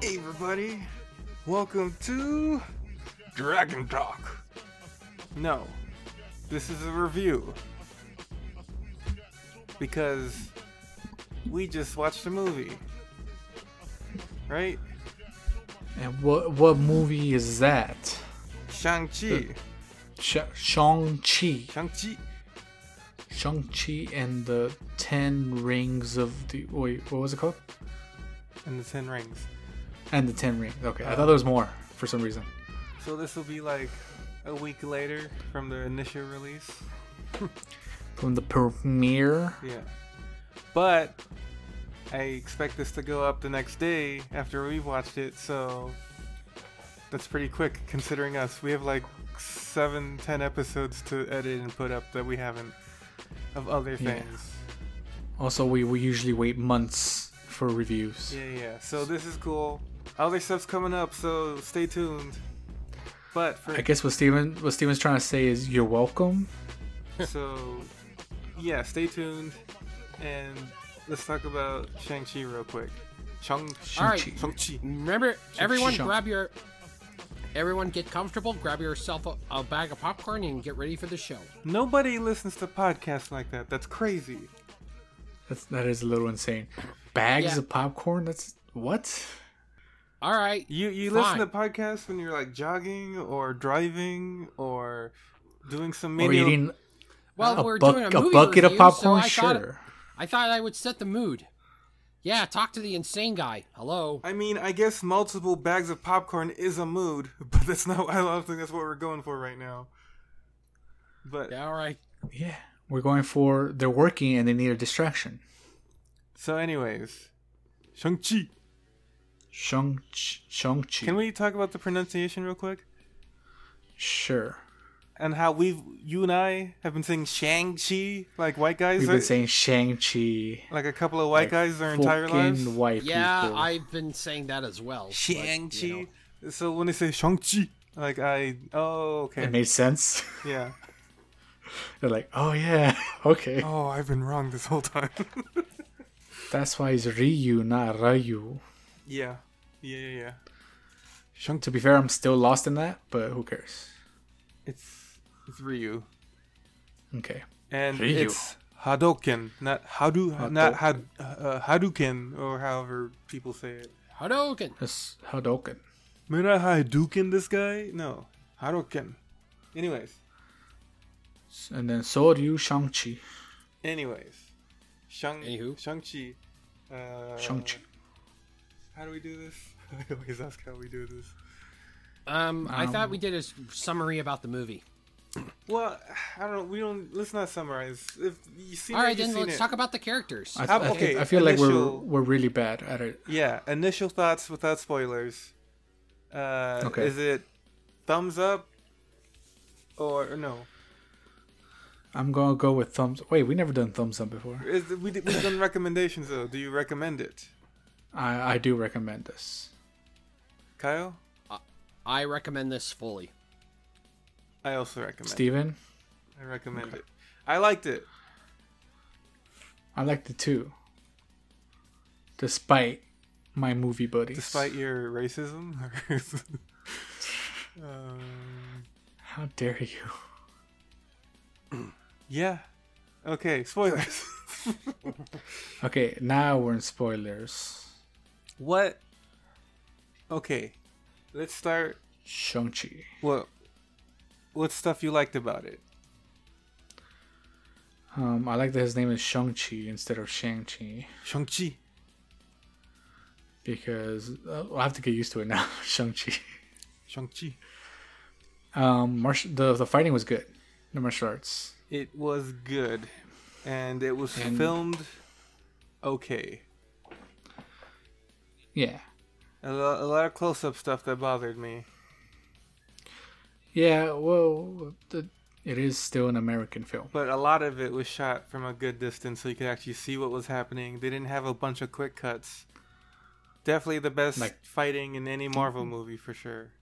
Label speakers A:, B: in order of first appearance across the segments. A: Hey everybody, welcome to Dragon Talk. No, this is a review because we just watched a movie, right?
B: And what what movie is that?
A: Shang Chi,
B: Sh- Shang Chi,
A: Shang Chi,
B: Shang Chi and the Ten Rings of the wait, what was it called?
A: and the Ten Rings.
B: And the Ten Rings. Okay, I thought there was more for some reason.
A: So this will be like a week later from the initial release.
B: From the premiere.
A: Yeah. But I expect this to go up the next day after we've watched it, so that's pretty quick considering us. We have like seven, ten episodes to edit and put up that we haven't of other
B: Yeah.
A: things.
B: Also, we we usually wait months for reviews.
A: Yeah, yeah. So this is cool. Other stuff's coming up, so stay tuned. But for
B: I guess what Steven what Steven's trying to say is you're welcome.
A: so yeah, stay tuned and let's talk about Shang-Chi real quick. Chung
B: Shang
C: All right.
B: Chi.
A: Shang-Chi.
C: Remember, everyone,
B: shunk.
C: grab your. Everyone, get comfortable. Grab yourself a, a bag of popcorn and get ready for the show.
A: Nobody listens to podcasts like that. That's crazy.
B: That's that is a little insane. Bags
C: Yeah.
B: of popcorn. That's what.
C: All right.
A: You you
C: Fine.
A: listen to podcasts when you're like jogging or driving or doing some
B: Or
A: menial.
B: eating
C: Well,
B: a,
C: we're
B: buck-
C: doing a,
B: a
C: movie
B: bucket of
C: review,
B: popcorn.
C: So I
B: sure.
C: Thought, I thought I would set the mood. Yeah, talk to the insane guy. Hello.
A: I mean, I guess multiple bags of popcorn is a mood, but that's not. I don't think that's what we're going for right now. But
C: Yeah, all right.
B: Yeah, we're going for they're working and they need a distraction.
A: so, anyways, Shang Chi.
B: Shang Shang Chi.
A: Can we talk about the pronunciation real quick
B: Sure.
A: and how we've you and I have been saying Shang Chi like white guys
B: We've
A: uh,
B: been saying Shang Chi.
A: like a couple of white guys their entire lives.
B: White
C: Yeah,
B: people.
C: I've been saying that as well. but, you
A: Shang Chi.
C: know.
A: So when they say Shang Chi, like I oh okay
B: It made sense.
A: yeah.
B: They're like, oh yeah, okay.
A: Oh, I've been wrong this whole time.
B: That's why it's Ryu, not Ryu.
A: yeah, yeah, yeah, yeah.
B: To be fair, I'm still lost in that, but who cares?
A: It's it's Ryu
B: Okay.
A: and
B: Ryu.
A: it's Hadouken, not Hadu, not
B: Hadouken.
A: Had uh, Hadouken or however people say it.
C: Hadouken.
B: That's Hadouken.
A: Did I Hadouken this guy? No, Hadouken. Anyways,
B: And then Soryu Shang-Chi.
A: anyways, Shang
C: Anywho.
A: Shang Chi. Uh,
B: Shang-Chi.
A: How do we do this? I always ask how we do this.
C: Um, I
B: Um,
C: thought we did a s- summary about the movie.
A: Well, I don't. We don't. Let's not summarize. If you see,
C: All right, then
A: seen
C: let's
A: it.
C: talk about the characters.
B: I,
A: How-
B: I,
A: okay,
B: think, I feel
A: initial-
B: like we're we're really bad at it.
A: Yeah, initial thoughts without spoilers. Uh,
B: Okay.
A: Is it thumbs up or no?
B: I'm gonna go with thumbs. Wait, we never done thumbs up before.
A: Is we did- we've done recommendations though. Do you recommend it,
B: I I do recommend this.
A: Kyle?
C: I recommend this fully.
A: I also recommend.
B: Steven?
A: it. I recommend it. I liked it.
B: I liked it too. Despite my movie buddies.
A: Despite your racism? um,
B: How dare you?
A: yeah. Okay, spoilers.
B: Okay, now we're in spoilers.
A: what? Okay. Let's start.
B: Shang-Chi.
A: What? What stuff you liked about it?
B: Um, I like that his name is Shang-Chi instead of Shang-Chi
A: Shang-Chi.
B: because uh, I have to get used to it now. Shang-Chi.
A: Shang-Chi.
B: Um, martial, the, the fighting was good. The martial arts.
A: It was good, and it was
B: And-
A: filmed okay.
B: Yeah.
A: A, lo- a lot of close-up stuff that bothered me.
B: Yeah, well, the, it is still an American film.
A: But a lot of it was shot from a good distance, so you could actually see what was happening. They didn't have a bunch of quick cuts. Definitely the best
B: Like-
A: fighting in any Marvel movie for sure.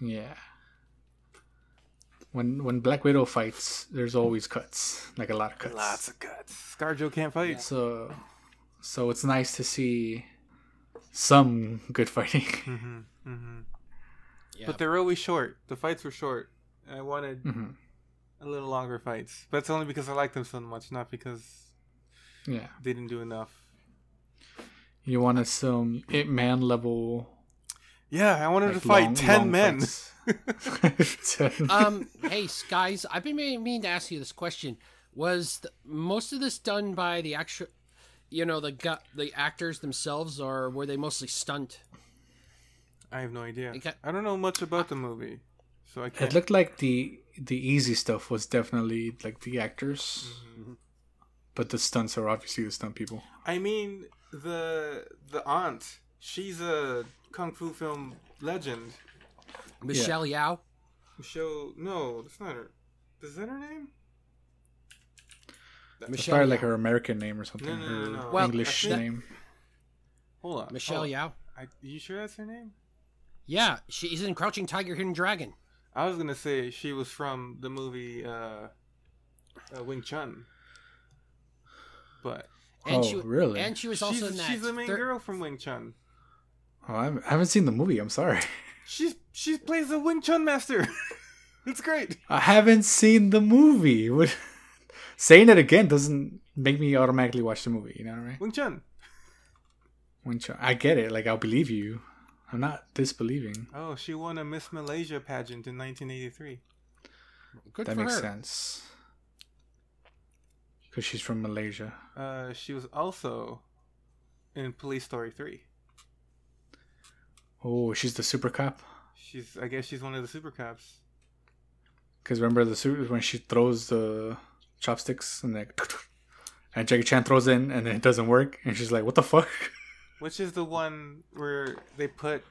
B: Yeah. when when Black Widow fights, there's always cuts, like a lot of cuts.
A: Lots of guts. Scarjo can't fight.
B: So, so it's nice to see some good fighting.
A: hmm hmm
C: Yeah.
A: But they're always short. The fights were short. I wanted
B: hmm
A: a little longer fights, but it's only because I like them so much, not because
B: Yeah,
A: they didn't do enough.
B: you want to some it man level.
A: Yeah, I wanted
B: like,
A: to fight
B: long-
A: ten
B: long
A: men. Uh,
B: fights. 10.
C: um, hey, guys, I've been meaning meaning to ask you this question. Was the, most of this done by the actual, you know, the gu- the actors themselves, or were they mostly stunt?
A: I have no idea.
C: Okay.
A: I don't know much about the movie, so I
B: it
A: can't.
B: looked like the the easy stuff was definitely like the actors,
A: Mm-hmm.
B: but the stunts are obviously the stunt people.
A: I mean, the the aunt. She's a kung fu film legend.
C: Michelle Yao.
A: Michelle. No, that's not her. Is that her name?
B: It's
C: Michelle
B: probably like
C: Yao.
B: her American name or something,
A: No, no, no, no.
B: her
A: Well,
B: English
A: that-
B: name.
A: Hold on.
C: Michelle
B: Oh.
A: Hold on.
C: Yao.
A: I, you sure that's her name?
C: Yeah, she's in Crouching Tiger, Hidden Dragon.
A: I was gonna say she was from the movie uh, uh, Wing Chun, but
C: And
B: Oh,
C: she,
B: really?
C: And she was
A: she's,
C: also in that.
A: she's the main
C: thir-
A: girl from Wing Chun.
B: Oh, I haven't- I haven't seen the movie. I'm sorry.
A: She's she plays the Wing Chun master. it's great.
B: I haven't seen the movie. What? Saying it again doesn't make me automatically watch the movie. You know what I mean?
A: Wing Chun.
B: When ch- I get it. Like I'll believe you. I'm not disbelieving.
A: Oh, she won a Miss Malaysia pageant in 1983.
C: Good
B: that
C: for
B: makes
C: her.
B: sense. Because she's from Malaysia.
A: Uh, she was also in Police Story 3.
B: Oh, she's the super cop.
A: She's I guess she's one of the super cops.
B: Because remember the super when she throws the chopsticks and like, and Jackie Chan throws in and it doesn't work and she's like, "What the fuck?"
A: Which is the one where they put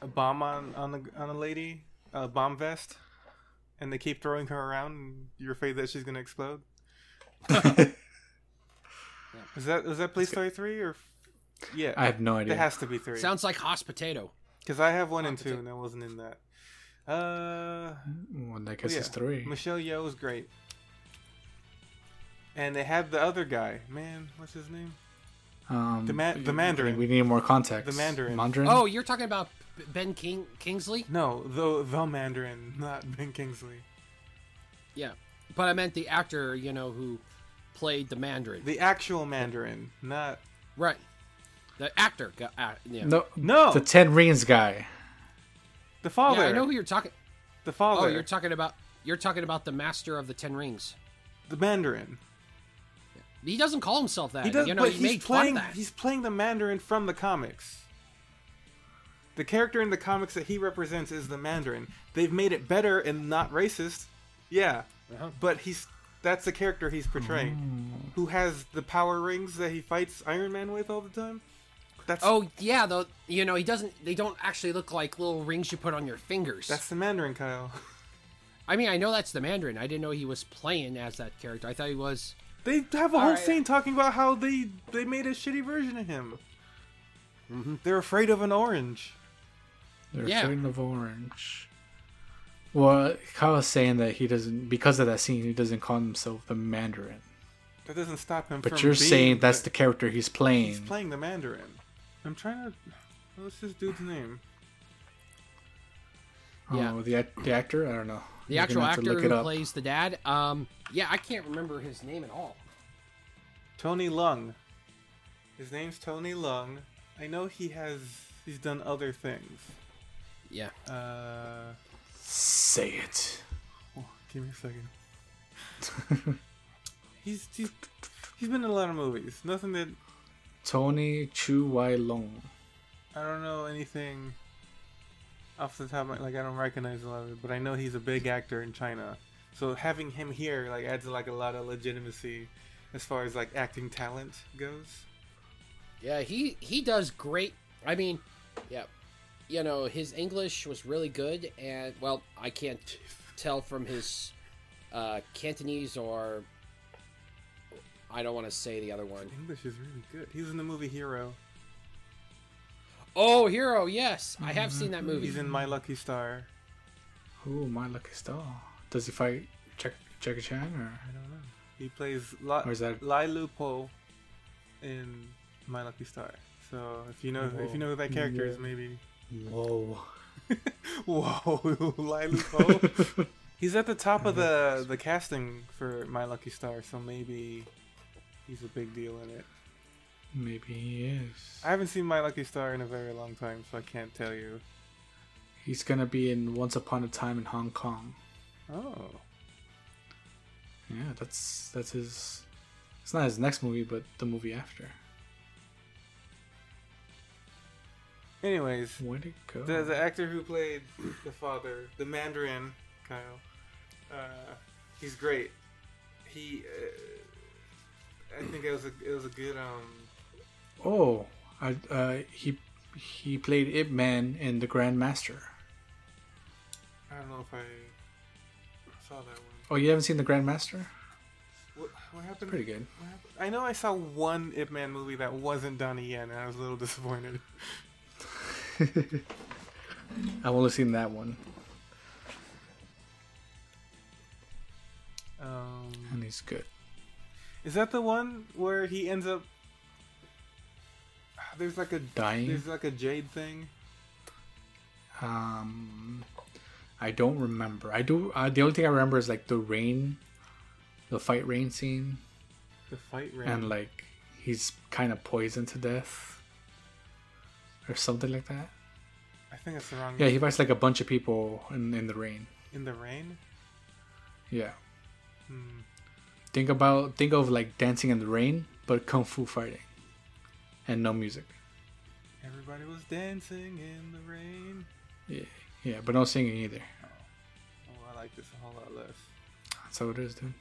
A: a bomb on on the on a lady, a bomb vest, and they keep throwing her around. and You're afraid that she's gonna explode. Is that is that Police Story three or? Yeah,
B: I have no idea.
A: it has to be three.
C: Sounds like Hoss Potato.
A: Because I have one and
C: Opposite.
A: two, and I wasn't in that. Uh,
B: well, I guess
C: Oh,
A: yeah.
B: it's three.
A: Michelle Yeoh was great, and they had the other guy. Man, what's his name?
B: Um,
A: The Ma- the Mandarin.
B: We need more context.
A: The Mandarin.
B: Mandarin.
C: Oh, you're talking about Ben King Kingsley?
A: No, the the Mandarin, not Ben Kingsley.
C: Yeah, but I meant the actor, you know, who played the Mandarin.
A: The actual Mandarin, not
C: right. The actor. Got, uh, yeah.
B: no,
A: no
B: the
A: the,
B: Ten Rings guy.
C: Yeah,
A: father.
C: I know who you're talking.
A: The
C: Oh,
A: father.
C: you're talking about you're talking about the Master of the Ten Rings.
A: the Mandarin.
C: He doesn't call himself that.
A: He does,
C: you know,
A: but
C: he
A: he's
C: made
A: playing.
C: fun of that.
A: He's playing the Mandarin from the comics. The character in the comics that he represents is the Mandarin. They've made it better and not racist. Yeah,
C: Uh-huh.
A: but he's that's the character he's portraying, who has the power rings that he fights Iron Man with all the time. That's
C: Oh yeah, though you know he doesn't. They don't actually look like little rings you put on your fingers.
A: that's the Mandarin, Kyle.
C: I mean, I know that's the Mandarin. I didn't know he was playing as that character. I thought he was.
A: They have a whole
C: right.
A: scene talking about how they they made a shitty version of him. Mm-hmm. They're afraid of an orange.
B: They're
C: Yeah.
B: afraid of orange. Well, Kyle was saying that he doesn't because of that scene. He doesn't call himself the Mandarin.
A: That doesn't stop him.
B: But
A: from
B: you're
A: being
B: saying that's the character he's playing.
A: He's playing the Mandarin. I'm trying to. What's this dude's name?
C: Yeah.
B: Oh, the act- the actor. I don't know.
C: The
B: You're
C: actual
B: gonna have to
C: actor
B: look it
C: who
B: up.
C: plays the dad, um, yeah, I can't remember his name at all.
A: Tony Lung. His name's Tony Lung. I know he has. He's done other things.
C: Yeah,
A: Uh,
B: Say it.
A: oh, give me a second. he's he's he's been in a lot of movies. Nothing that
B: Tony Chu Wai Long.
A: I don't know anything off the top of my like I don't recognize a lot of it, but I know he's a big actor in China. So having him here like adds like a lot of legitimacy as far as like acting talent goes.
C: yeah, he he does great. I mean, yeah, you know, his English was really good, and well, I can't tell from his uh, Cantonese or I don't want to say the other one.
A: English is really good. He was in the movie Hero.
C: Oh, Hero, yes, I have seen that movie.
A: He's in My Lucky Star.
B: Oh, my lucky star. Does he fight Jack Jackie Chan or
A: I don't know. He plays La-
B: Or is that-
A: Lai Lupo in My Lucky Star. So if you know if you know who that character is,
B: Yeah.
A: maybe
B: Whoa?
A: whoa, Lai Lupo. he's at the top of the the casting for My Lucky Star, so maybe he's a big deal in it.
B: Maybe he is.
A: I haven't seen My Lucky Star in a very long time, so I can't tell you.
B: He's gonna be in Once Upon a Time in Hong Kong.
A: Oh,
B: Yeah, that's that's his. It's not his next movie, but the movie after.
A: anyways,
B: Where'd it go?
A: The the actor who played the father, the Mandarin, Kyle, uh, he's great. He, uh, I think it was a it was a good um.
B: Oh, I, uh, he he played Ip Man in The Grandmaster.
A: I don't know if I saw that one.
B: Oh, you haven't seen The Grandmaster?
A: What, what happened?
B: Pretty good.
A: What happened? I know I saw one Ip Man movie that wasn't Donnie Yen, and I was a little disappointed.
B: I've only seen that one,
A: Um,
B: and he's good.
A: is that the one where he ends up? There's like a
B: Dying.
A: there's like a jade thing.
B: Um, I don't remember. I do. Uh, the only thing I remember is like the rain, the fight rain scene,
A: The fight ring.
B: and like he's kind of poisoned to death, or something like that.
A: I think it's the wrong.
B: Yeah, he fights like a bunch of people in in the rain.
A: In the rain?
B: Yeah.
A: Hmm.
B: Think about think of like dancing in the rain, but kung fu fighting, and no music.
A: Everybody was dancing in the rain.
B: Yeah, yeah, but no singing either.
A: Oh, I like this a whole lot less.
B: That's how it is, dude.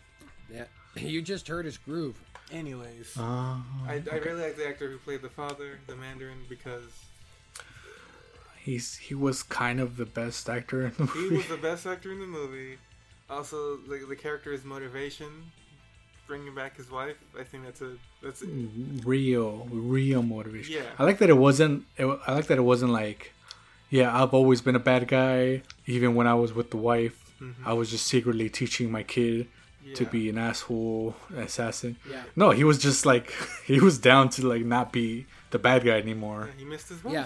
C: Yeah. You just heard his groove.
A: Anyways,
B: Oh,
A: I, I really like the actor who played the father, the Mandarin, because
B: he's he was kind of the best actor in the
A: he
B: movie.
A: was the best actor in the movie. Also, the, the character's motivation, bringing back his wife. I think that's a that's a,
B: real, real motivation.
A: Yeah.
B: I like that it wasn't. It, wa- I like that it wasn't like, yeah, I've always been a bad guy. Even when I was with the wife, I was just secretly teaching my kid
A: Mm-hmm. yeah.
B: to be an asshole assassin.
C: Yeah.
B: No, he was just like he was down to like not be the bad guy
A: Yeah,
B: anymore,
A: he missed his wife.
C: Yeah.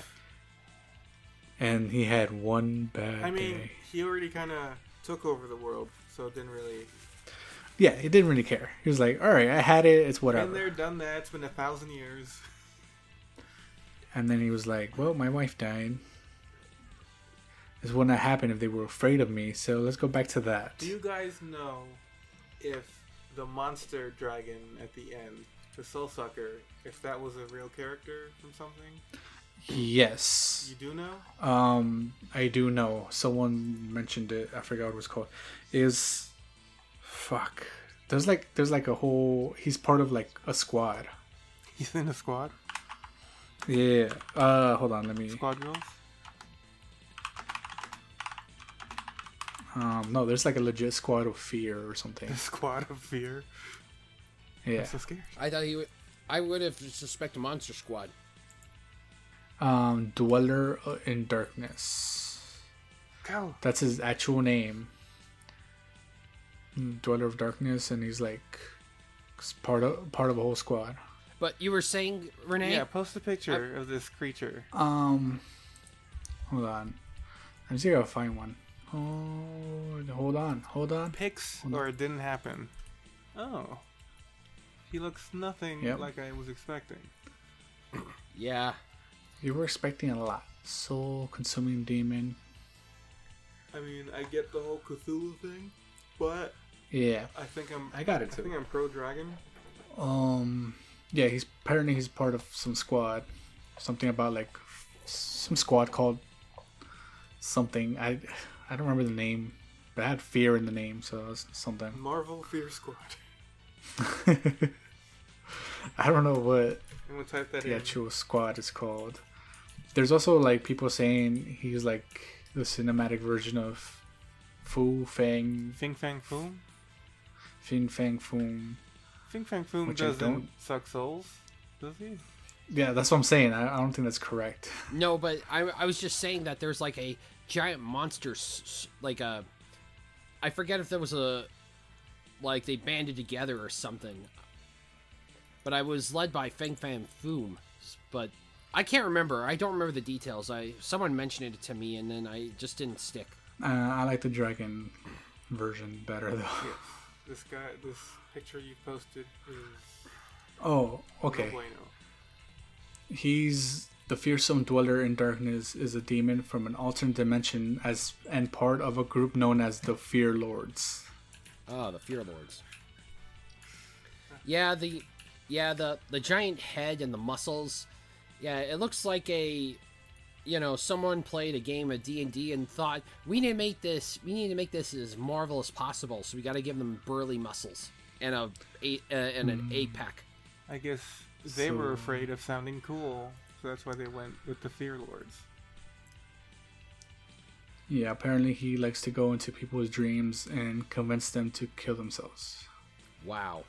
B: and he had one bad
A: I mean,
B: day.
A: he already kind of took over the world, so it didn't really.
B: Yeah, he didn't really care. He was like, "All right, I had it. It's whatever."
A: Been there, done that. It's been a thousand years.
B: And then he was like, Well, my wife died. This wouldn't have happened if they were afraid of me, so let's go back to that.
A: Do you guys know if the monster dragon at the end, the soul sucker, if that was a real character from something?
B: Yes.
A: You do know?
B: Um I do know. Someone mentioned it, I forgot what it was called. Is fuck. There's like there's like a whole he's part of like a squad.
A: He's in the squad.
B: Yeah. Uh hold on, let me
A: Squad rules.
B: um no, there's like a legit squad of fear or something.
A: The squad of fear.
B: Yeah.
A: I'm so scared.
C: I thought he would. I would have suspected Monster Squad.
B: Um Dweller in Darkness.
A: Go.
B: That's his actual name. Hmm, Dweller of Darkness, and he's like s- part of part of a whole squad.
C: But you were saying, Renee?
A: Yeah, post a picture of this creature.
B: Um, hold on. I'm see if I can find one. Hold, hold on, hold on.
A: Pics
B: Mm-hmm.
A: or it didn't happen. Oh. He looks nothing
B: Yep.
A: like I was expecting.
C: Yeah.
B: You were expecting a lot. Soul consuming demon.
A: I mean, I get the whole Cthulhu thing, but
B: Yeah,
A: I think I'm
B: I got it
A: I think
B: too.
A: I'm pro dragon.
B: Um, yeah, he's apparently he's part of some squad. Something about like some squad called something. I I don't remember the name, but I had fear in the name, so that's something.
A: Marvel Fear Squad.
B: I don't know what
A: I'm gonna type that
B: the
A: in.
B: actual squad is called. There's also like people saying he's like the cinematic version of Fu Fang
A: Fing Fang Foom?
B: Fin Fang Foom.
A: Fing Fang Foom
B: Which I
A: doesn't
B: don't-
A: suck souls, does he?
B: Yeah, that's what I'm saying. I, I don't think that's correct.
C: No, but I, I was just saying that there's like a giant monster, s- s- like a. I forget if there was a like they banded together or something. But I was led by Feng Fan Foom, but I can't remember. I don't remember the details. I someone mentioned it to me, and then I just didn't stick.
B: Uh, I like the dragon version better though.
A: This guy, this picture you posted is
B: Oh, okay.
A: no bueno.
B: He's the fearsome dweller in darkness is a demon from an alternate dimension as and part of a group known as the Fear Lords.
C: Oh, the Fear Lords. Yeah, the yeah the the giant head and the muscles. Yeah, it looks like a you know someone played a game of D and D and thought we need to make this we need to make this as marvel as possible. So we got to give them burly muscles and a, a uh, and an
A: Hmm.
C: eight pack.
A: I guess they
B: So-
A: were afraid of sounding cool, so that's why they went with the Fear Lords.
B: Yeah, apparently he likes to go into people's dreams and convince them to kill themselves.
C: Wow.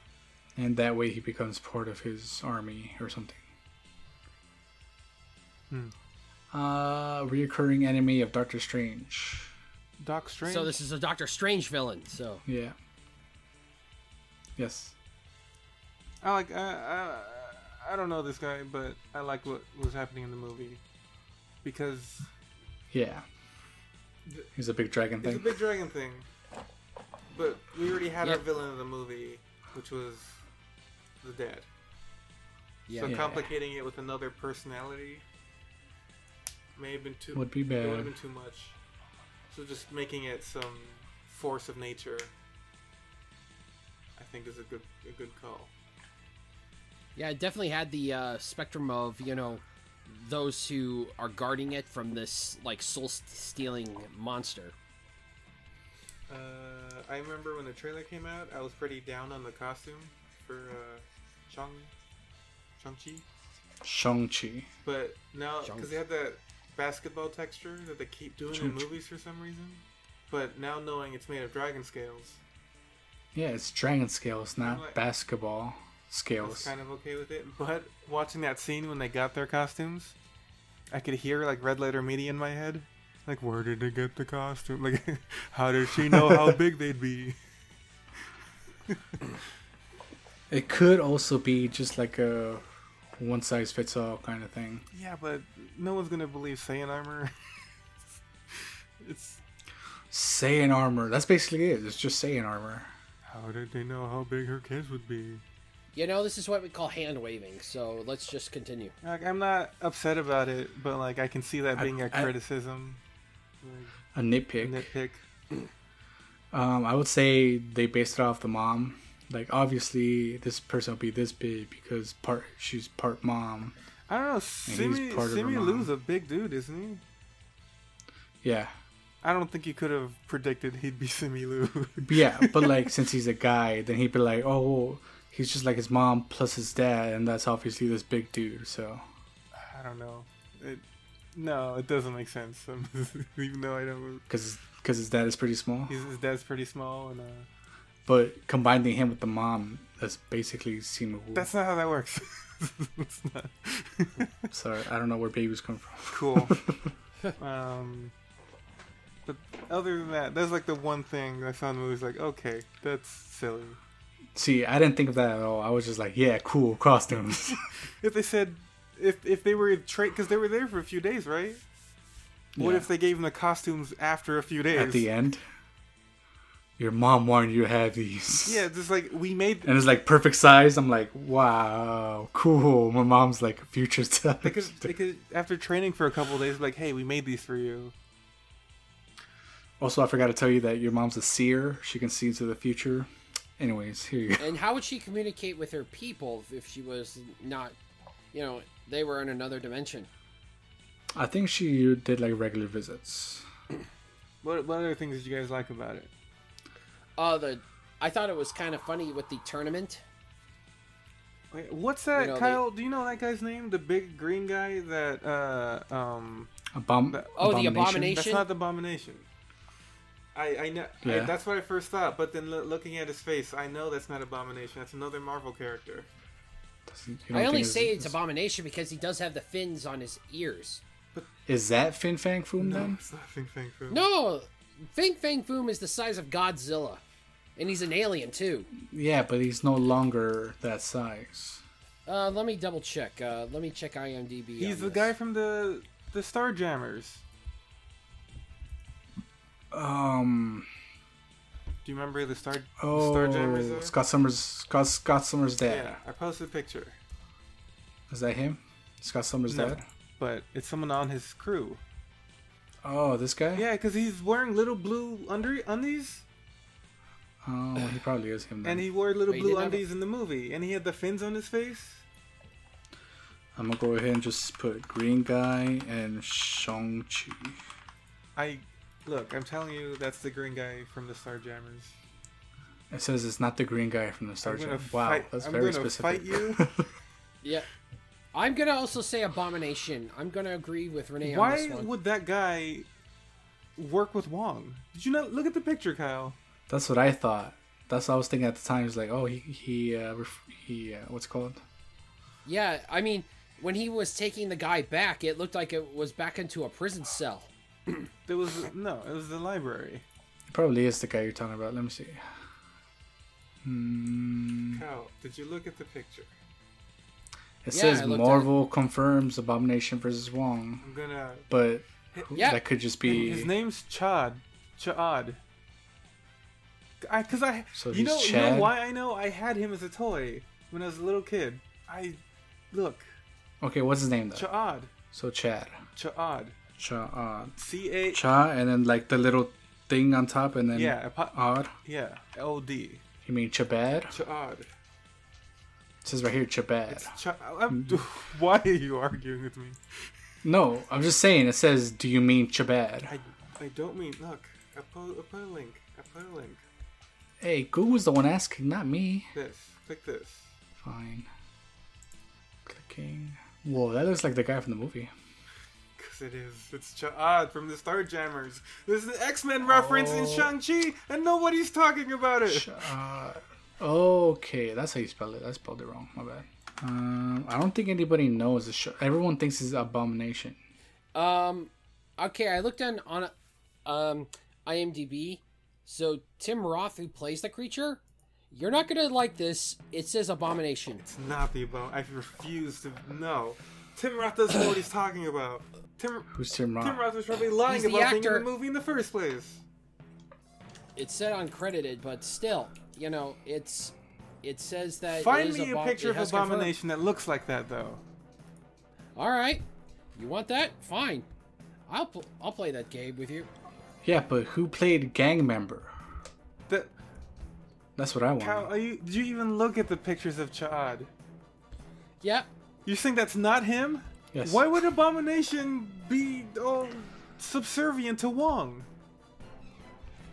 B: And that way he becomes part of his army or something.
A: Hmm.
B: Uh reoccurring enemy of Doctor Strange.
A: Doc Strange.
C: So this is a Doctor Strange villain. So
B: Yeah. Yes.
A: I like. I, I I don't know this guy, but I like what was happening in the movie because
B: Yeah. He's a big dragon
A: it's a
B: thing.
A: big dragon thing. But we already had our
C: Yeah.
A: villain of the movie, which was the dad.
C: yeah,
A: so
B: Yeah.
A: complicating it with another personality may have been too
B: Would be
A: it would
B: bad.
A: have been too much. So just making it some force of nature, I think, is a good a good call.
C: Yeah, it definitely had the uh, spectrum of you know those who are guarding it from this like soul stealing monster.
A: Uh, I remember when the trailer came out, I was pretty down on the costume for uh, Chong Chong Chi,
B: Shang-Chi.
A: but now because they
C: Shang-
A: have that basketball texture that they keep doing in
B: Chong Chi.
A: movies for some reason, but now knowing it's made of dragon scales,
B: Yeah, it's dragon scales, not
A: like-
B: basketball
A: I was
B: scales.
A: kind of okay with it, but watching that scene when they got their costumes, I could hear like Red Letter Media in my head. Like, where did they get the costume? Like, how did she know how big they'd be?
B: It could also be just like a one size fits all kind of thing.
A: Yeah, but no one's gonna believe Saiyan armor. it's
B: Saiyan armor. That's basically it. It's just Saiyan armor.
A: how did they know how big her kids would be?
C: You know, this is what we call hand waving. So let's just continue.
A: Like, I'm not upset about it, but like I can see that
B: I-
A: being a
B: I-
A: criticism,
B: A nitpick.
A: nitpick.
B: Um, I would say they based it off the mom. Like obviously this person will be this big because part she's part mom.
A: I don't know.
B: he's
A: Simi,
B: part of her
A: Simi
B: mom.
A: Lu's a big dude, isn't he?
B: Yeah.
A: I don't think you could have predicted he'd be Simi Lu.
B: Yeah, but like since he's a guy, then he'd be like, oh, well, he's just like his mom plus his dad, and that's obviously this big dude. So
A: I don't know. It, no, it doesn't make sense. I'm even though I don't,
B: because because his dad is pretty small,
A: his, his dad's pretty small, and uh,
B: but combining him with the mom, that's basically Simu.
A: that's not how that works. it's not
B: Sorry, I don't know where babies come from.
A: cool. um, but other than that, that's like the one thing I saw in the movie. was Like, okay, that's silly.
B: See, I didn't think of that at all. I was just like, yeah, cool costumes.
A: If they said, if if they were trade, because they were there for a few days, right? What
B: Yeah.
A: if they gave him the costumes after a few days?
B: at the end? Your mom warned you to have these.
A: Yeah, just like we made
B: And it's like perfect size. I'm like, wow, cool. My mom's like future stuff.
A: They could, they could, after training for a couple of days, like, hey, we made these for you.
B: Also, I forgot to tell you that your mom's a seer. She can see into the future. Anyways, here you go.
C: And how would she communicate with her people if she was not, you know, they were in another dimension?
B: I think she did like regular visits.
A: What, what other things did you guys like about it?
C: Oh, the I thought it was kind of funny with the tournament.
A: Wait, what's that,
C: You know, they-
A: Kyle? Do you know that guy's name? The big green guy that, uh, um,
B: Abom-
C: Oh, the abomination.
A: that's not the Abomination. I, I know, I-
B: Yeah.
A: that's what I first thought, but then loo- looking at his face, I know that's not Abomination. That's another Marvel character.
B: You don't
C: I
B: think
C: only say it's,
B: it's
C: abomination because he does have the fins on his ears.
B: Is that Fin Fang Foom
A: No,
B: then?
A: it's not Fing Fang Foom.
C: No, Fing Fang Foom is the size of Godzilla, and he's an alien too.
B: Yeah, but he's no longer that size.
C: Uh, let me double check. Uh, let me check IMDb.
A: He's
C: on
A: the
C: this.
A: guy from the the Star Jammers.
B: Um.
A: Do you remember the Star
B: Oh,
A: Star Jammers? are?
B: Scott Summers. Scott Scott Summers'
A: yeah.
B: dad.
A: I posted a picture,
B: Is that him? Scott Summers'
A: No.
B: dad.
A: but it's someone on his crew.
B: Oh, this guy.
A: Yeah, because he's wearing little blue under undies,
B: Oh, he probably is him. Then.
A: and he wore little
C: Wait, he
A: blue
C: didn't have a-
A: undies in the movie, and he had the fins on his face.
B: I'm gonna go ahead and just put Green Guy and Shang Chi.
A: I look. I'm telling you, that's the green guy from the Star Jammers.
B: It says it's not the Green Guy from the Star
A: I'm gonna
B: Trek. Wow,
A: fight-
B: that's
A: I'm
B: very
A: gonna
B: specific.
A: fight
C: Yeah. I'm gonna also say Abomination. I'm gonna agree with Renee on
A: Why
C: this one.
A: would that guy work with Wong? Did you not look at the picture, Kyle?
B: that's what I thought. That's what I was thinking at the time. It's like, oh, he he uh, ref- he uh, what's it called?
C: Yeah, I mean, when he was taking the guy back, it looked like it was back into a prison cell.
A: There was no. It was the library.
B: It probably is the guy you're talking about. Let me see. Hmm.
A: Kyle, did you look at the picture?
B: It
C: Yeah, I
B: says
C: looked at it.
B: Marvel confirms Abomination versus Wong,
A: I'm gonna.
B: but
C: Yeah.
B: that could just be
A: His name's Chad. Chad. I, cause I,
B: So
A: you
B: he's
A: know, you know
B: Chad?
A: why I know I had him as a toy when I was a little kid. I, look,
B: okay. What's his name though?
A: Chad,
B: so Chad,
A: Chad,
B: Cha, uh,
A: C A,
B: Cha, and then like the little thing on top, and then
A: yeah, apo-
B: odd.
A: yeah, L D,
B: You mean Chabad?
A: Chad.
B: It says right here Chabad.
A: Cha- I'm, why are you arguing with me?
B: No, I'm just saying. It says, do you mean Chabad?
A: I, I don't mean. Look, I put, I put a link. I put a link.
B: Hey, Google's the one asking, not me.
A: This, click this.
B: Fine. Clicking. Whoa, that looks like the guy from the movie.
A: Cause it is. It's Cha'ad from the Star Jammers. There's an X-Men reference in
B: Oh.
A: Shang Chi, and nobody's talking about it.
B: Cha- uh, okay, that's how you spell it. I spelled it wrong. My bad. Um, I don't think anybody knows the show. Everyone thinks it's Abomination.
C: Um, okay, I looked on on um IMDb. So Tim Roth, who plays the creature, you're not gonna like this. It says Abomination.
A: It's not the about. I refuse to. No, Tim Roth doesn't know what he's talking about. Tim
B: Who's Tim Roth?
A: Tim Roth was probably lying
C: He's the
A: about being in the
C: actor.
A: movie in the first place.
C: It said uncredited, but still, you know, it's it says that. Uh, it
A: Find
C: is
A: me a
C: abo-
A: picture
C: it
A: of
C: has confirmed-
A: Abomination that looks like that, though.
C: All right, you want that? Fine, I'll pl- I'll play that game with you.
B: Yeah, but who played gang member?
A: That
B: That's what I want.
A: how are you? Did you even look at the pictures of Cha'ad?
C: Yeah,
A: You think that's not him?
B: Yes.
A: Why would Abomination be all subservient to Wong?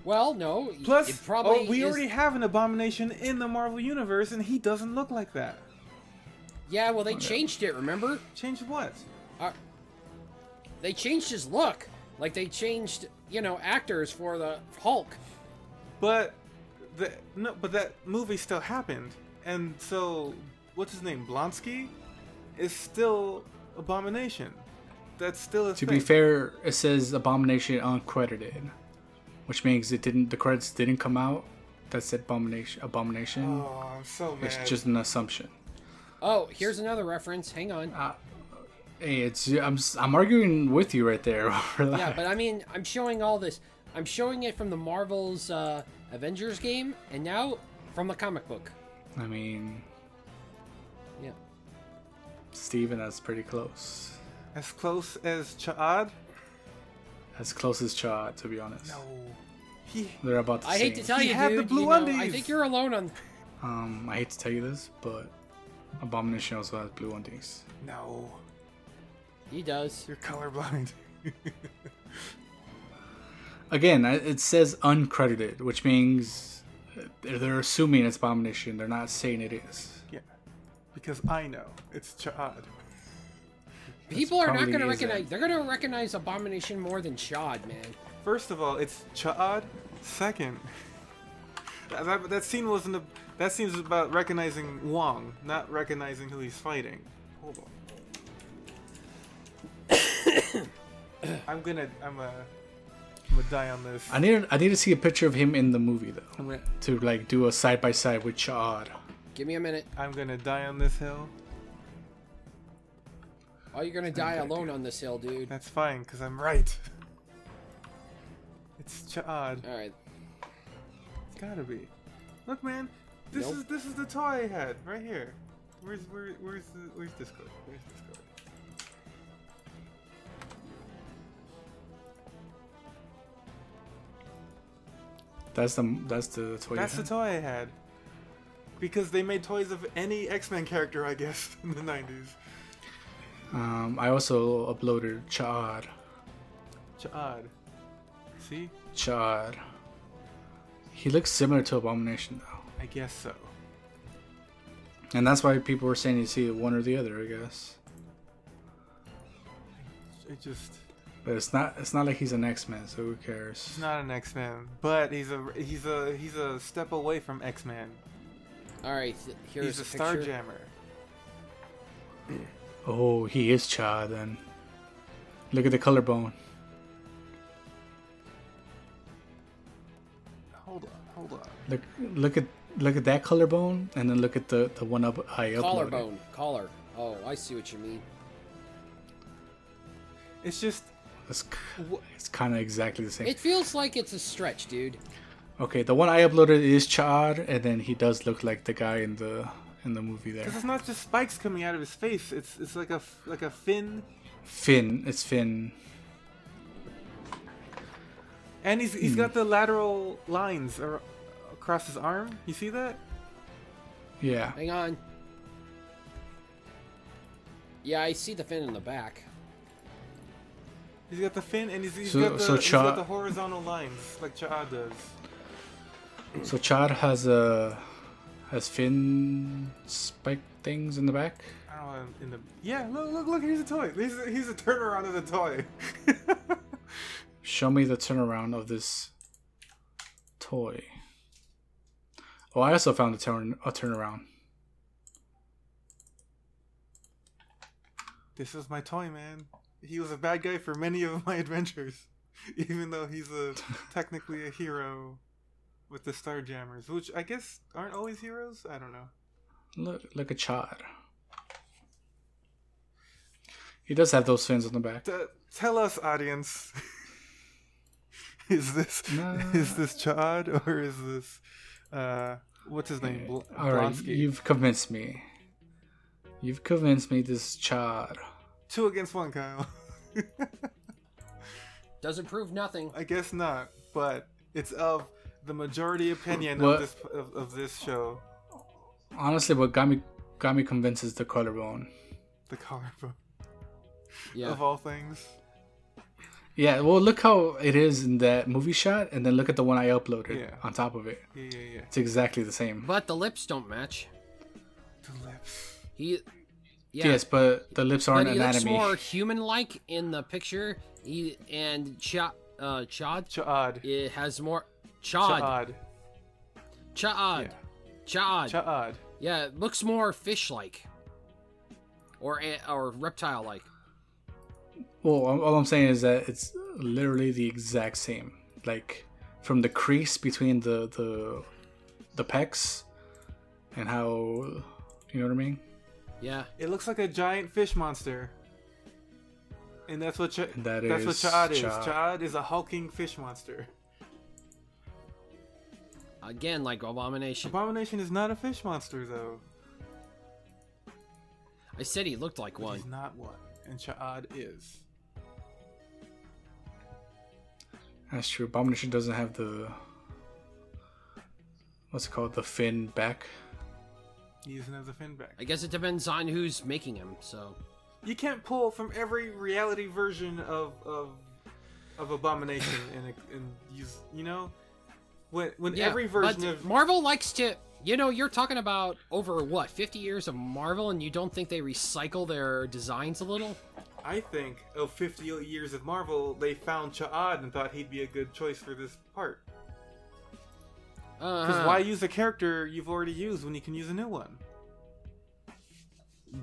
C: Well, no.
A: Plus,
C: it probably
A: oh, we
C: is-
A: already have an Abomination in the Marvel Universe, and he doesn't look like that.
C: Yeah,
A: Oh,
C: well, they changed it. Remember,
A: Change what?
C: uh, they changed his look. Like they changed, you know, actors for the Hulk.
A: But the no, but that movie still happened, and so what's his name? Blonsky is still Abomination. That's still a
B: To
A: thing.
B: be fair, it says Abomination uncredited, which means it didn't. The credits didn't come out. That said, Abomination. Abomination.
A: oh, I'm so mad.
B: It's just an assumption.
C: Oh, here's another reference. Hang on.
B: Hey, it's I'm s- I'm arguing with you right there. Relax.
C: Yeah, but I mean, I'm showing all this. I'm showing it from the Marvel's uh, Avengers game, and now from the comic book.
B: I mean,
C: Yeah.
B: Steven, that's pretty close.
A: as close as Cha'ad.
B: As close as Cha, to be honest.
A: No, he
B: They're about the
C: I hate to
B: same.
C: tell
A: He
C: you,
A: had the
C: dude.
A: blue
C: you know, I
A: undies.
C: think you're alone on.
B: Um, I hate to tell you this, but Abomination also has blue undies.
A: no,
C: He does.
A: you're colorblind.
B: Again, I- it says uncredited, which means they're, they're assuming it's Abomination. They're not saying it is.
A: yeah, because I know it's Cha'ad.
C: People are not
B: probably
C: going to
B: is
C: recognize.
B: it.
C: They're going to recognize Abomination more than Shod, man.
A: First of all, it's Cha'ad. Second, that, that, that scene wasn't. A, that scene was about recognizing Wong, not recognizing who he's fighting. Hold on. I'm gonna. I'm a. I'm gonna die on this.
B: I need I need to see a picture of him in the movie though
A: I'm gonna,
B: to like do a side by side with Chad.
C: Give me a minute.
A: I'm gonna die on this hill.
C: Oh, you're gonna die alone on this hill, dude.
A: That's fine, cause I'm right. It's Chad.
C: All right.
A: It's gotta be. Look, man. This
C: Nope.
A: is this is the toy I had right here. Where's where, where's the, where's Discord? Where's Discord?
B: That's the that's the toy.
A: That's the toy I had. Because they made toys of any X-Men character, I guess, in the 90s.
B: um, I also uploaded Chad.
A: Chad. See?
B: Chad. He looks similar to Abomination though,
A: I guess so.
B: and that's why people were saying you see one or the other. I guess,
A: It just
B: but it's not it's not like he's an X Man, so who cares?
A: he's not an X-Man, but he's a he's a he's a step away from X-Man.
C: All right. th- Here's
A: He's
C: a,
A: a Starjammer.
C: picture.
B: Oh, he is Chad then. Look at the color bone.
A: Hold on, hold on.
B: Look look at look at that color bone, and then look at the the one up I uploaded.
C: Collarbone. Collar. Oh, I see what you mean.
A: It's just
B: It's, k- it's kind of exactly the same.
C: It feels like it's a stretch, dude.
B: Okay, the one I uploaded is Chad, and then he does look like the guy in the in the movie there.
A: because it's not just spikes coming out of his face. It's it's like a f- like a fin,
B: Finn, it's Finn.
A: and he's
C: Hmm.
A: he's got the lateral lines ar- across his arm. You see that?
B: Yeah,
C: Hang on. Yeah, I see the fin in the back.
A: He's got the fin, and he's, he's
B: So-
A: got the
B: so
A: he's got
B: Cha-
A: the horizontal lines like Cha does.
B: so Chad has a has Finn spike things in the back.
A: I don't know, in the yeah. Look, look, look. Here's a toy. He's a, he's a turnaround of the toy.
B: Show me the turnaround of this toy. Oh, I also found a turn a turnaround.
A: this is my toy, man. He was a bad guy for many of my adventures, even though he's a technically a hero with the Starjammers, which I guess aren't always heroes. I don't know.
B: Look look at Chad. He does have those fins on the back.
A: T- tell us, audience. is this
B: No.
A: is this Chad or is this uh what's his name? Bl-
B: All right,
A: Blonsky.
B: you've convinced me. You've convinced me. This is Chad.
A: Two against one, Kyle.
C: Doesn't prove nothing.
A: I guess not, but it's of the majority opinion
B: What?
A: of this of, of this show.
B: Honestly, what got me got me convinced is the collarbone.
A: The collarbone
C: Yeah.
A: of all things.
B: Yeah, well, look how it is in that movie shot, and then look at the one I uploaded
A: Yeah.
B: on top of it.
A: Yeah, yeah, yeah.
B: It's exactly the same.
C: But the lips don't match.
A: The lips.
C: He. Yeah.
B: Yes, but the lips
C: but
B: aren't
C: he looks
B: anatomy.
C: more human-like in the picture. He and Chad. Uh, Chad.
A: Chad.
C: It has more. Chad.
A: Chad.
C: Chad. Chad.
A: Chad.
C: Yeah, it looks more fish-like, or a- or reptile-like.
B: Well, all all I'm saying is that it's literally the exact same. Like from the crease between the the the pecs, and how you know what I mean.
C: Yeah.
A: It looks like a giant fish monster. And that's what Ch-
B: And that
A: that's
B: is
A: what Chad is.
B: Chad.
A: Chad is a hulking fish monster.
C: Again, like abomination.
A: Abomination is not a fish monster though.
C: I said he looked like
A: But
C: one.
A: He's not one, and Chad is.
B: That's true. Abomination doesn't have the what's it called? The fin back.
A: He doesn't have the fin back.
C: I guess it depends on who's making him. So
A: you can't pull from every reality version of of of abomination and and use you know when when
C: yeah,
A: every version
C: but
A: of
C: Marvel likes to, you know, you're talking about over what 50 years of Marvel, and you don't think they recycle their designs a little?
A: I think of 50 years of Marvel they found Cha'ad and thought he'd be a good choice for this part because
C: Uh,
A: why use a character you've already used when you can use a new one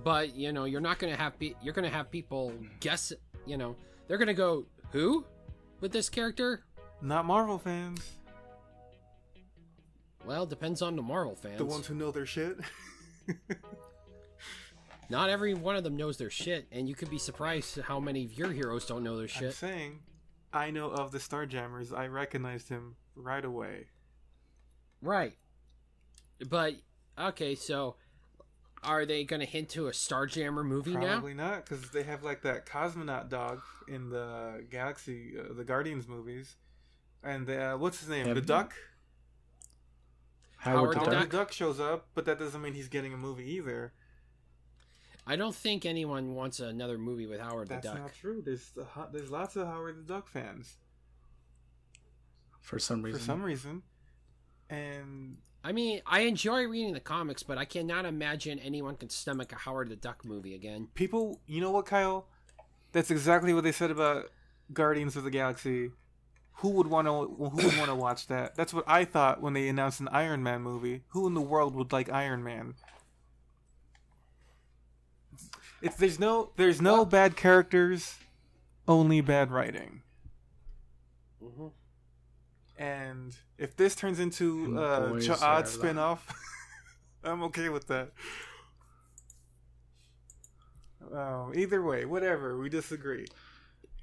C: But you know, you're not gonna have pe- you're gonna have people guess. You know, they're gonna go who with this character?
A: Not Marvel fans.
C: Well, depends on the Marvel fans.
A: The ones who know their shit.
C: Not every one of them knows their shit, and you could be surprised how many of your heroes don't know their
A: I'm
C: shit.
A: saying, I know of the Starjammers. I recognized him right away.
C: Right. But okay, so are they going to hint to a Starjammer movie now?
A: Probably not, because they have like that cosmonaut dog in the Galaxy, uh, the Guardians movies, and the, uh, what's his name?
B: Yeah,
A: the
B: but-
A: Duck.
B: Howard,
C: Howard
B: the Duck.
A: Howard the Duck shows up, but that doesn't mean he's getting a movie either.
C: I don't think anyone wants another movie with Howard
A: That's
C: the Duck.
A: not true. There's the, ho- there's lots of Howard the Duck fans
B: For some reason.
A: for some reason, and
C: I mean, I enjoy reading the comics, but I cannot imagine anyone can stomach a Howard the Duck movie again.
A: people, you know what, Kyle? That's exactly what they said about Guardians of the Galaxy. Who would want to? Who would want to watch that? That's what I thought when they announced an Iron Man movie. Who in the world would like Iron Man? It's there's no there's no bad characters, only bad writing.
C: Mhm.
A: And if this turns into
B: And
A: uh,
B: boys
A: Cha'ad
B: are
A: spin off, I'm okay with that. Oh, either way, whatever. We disagree.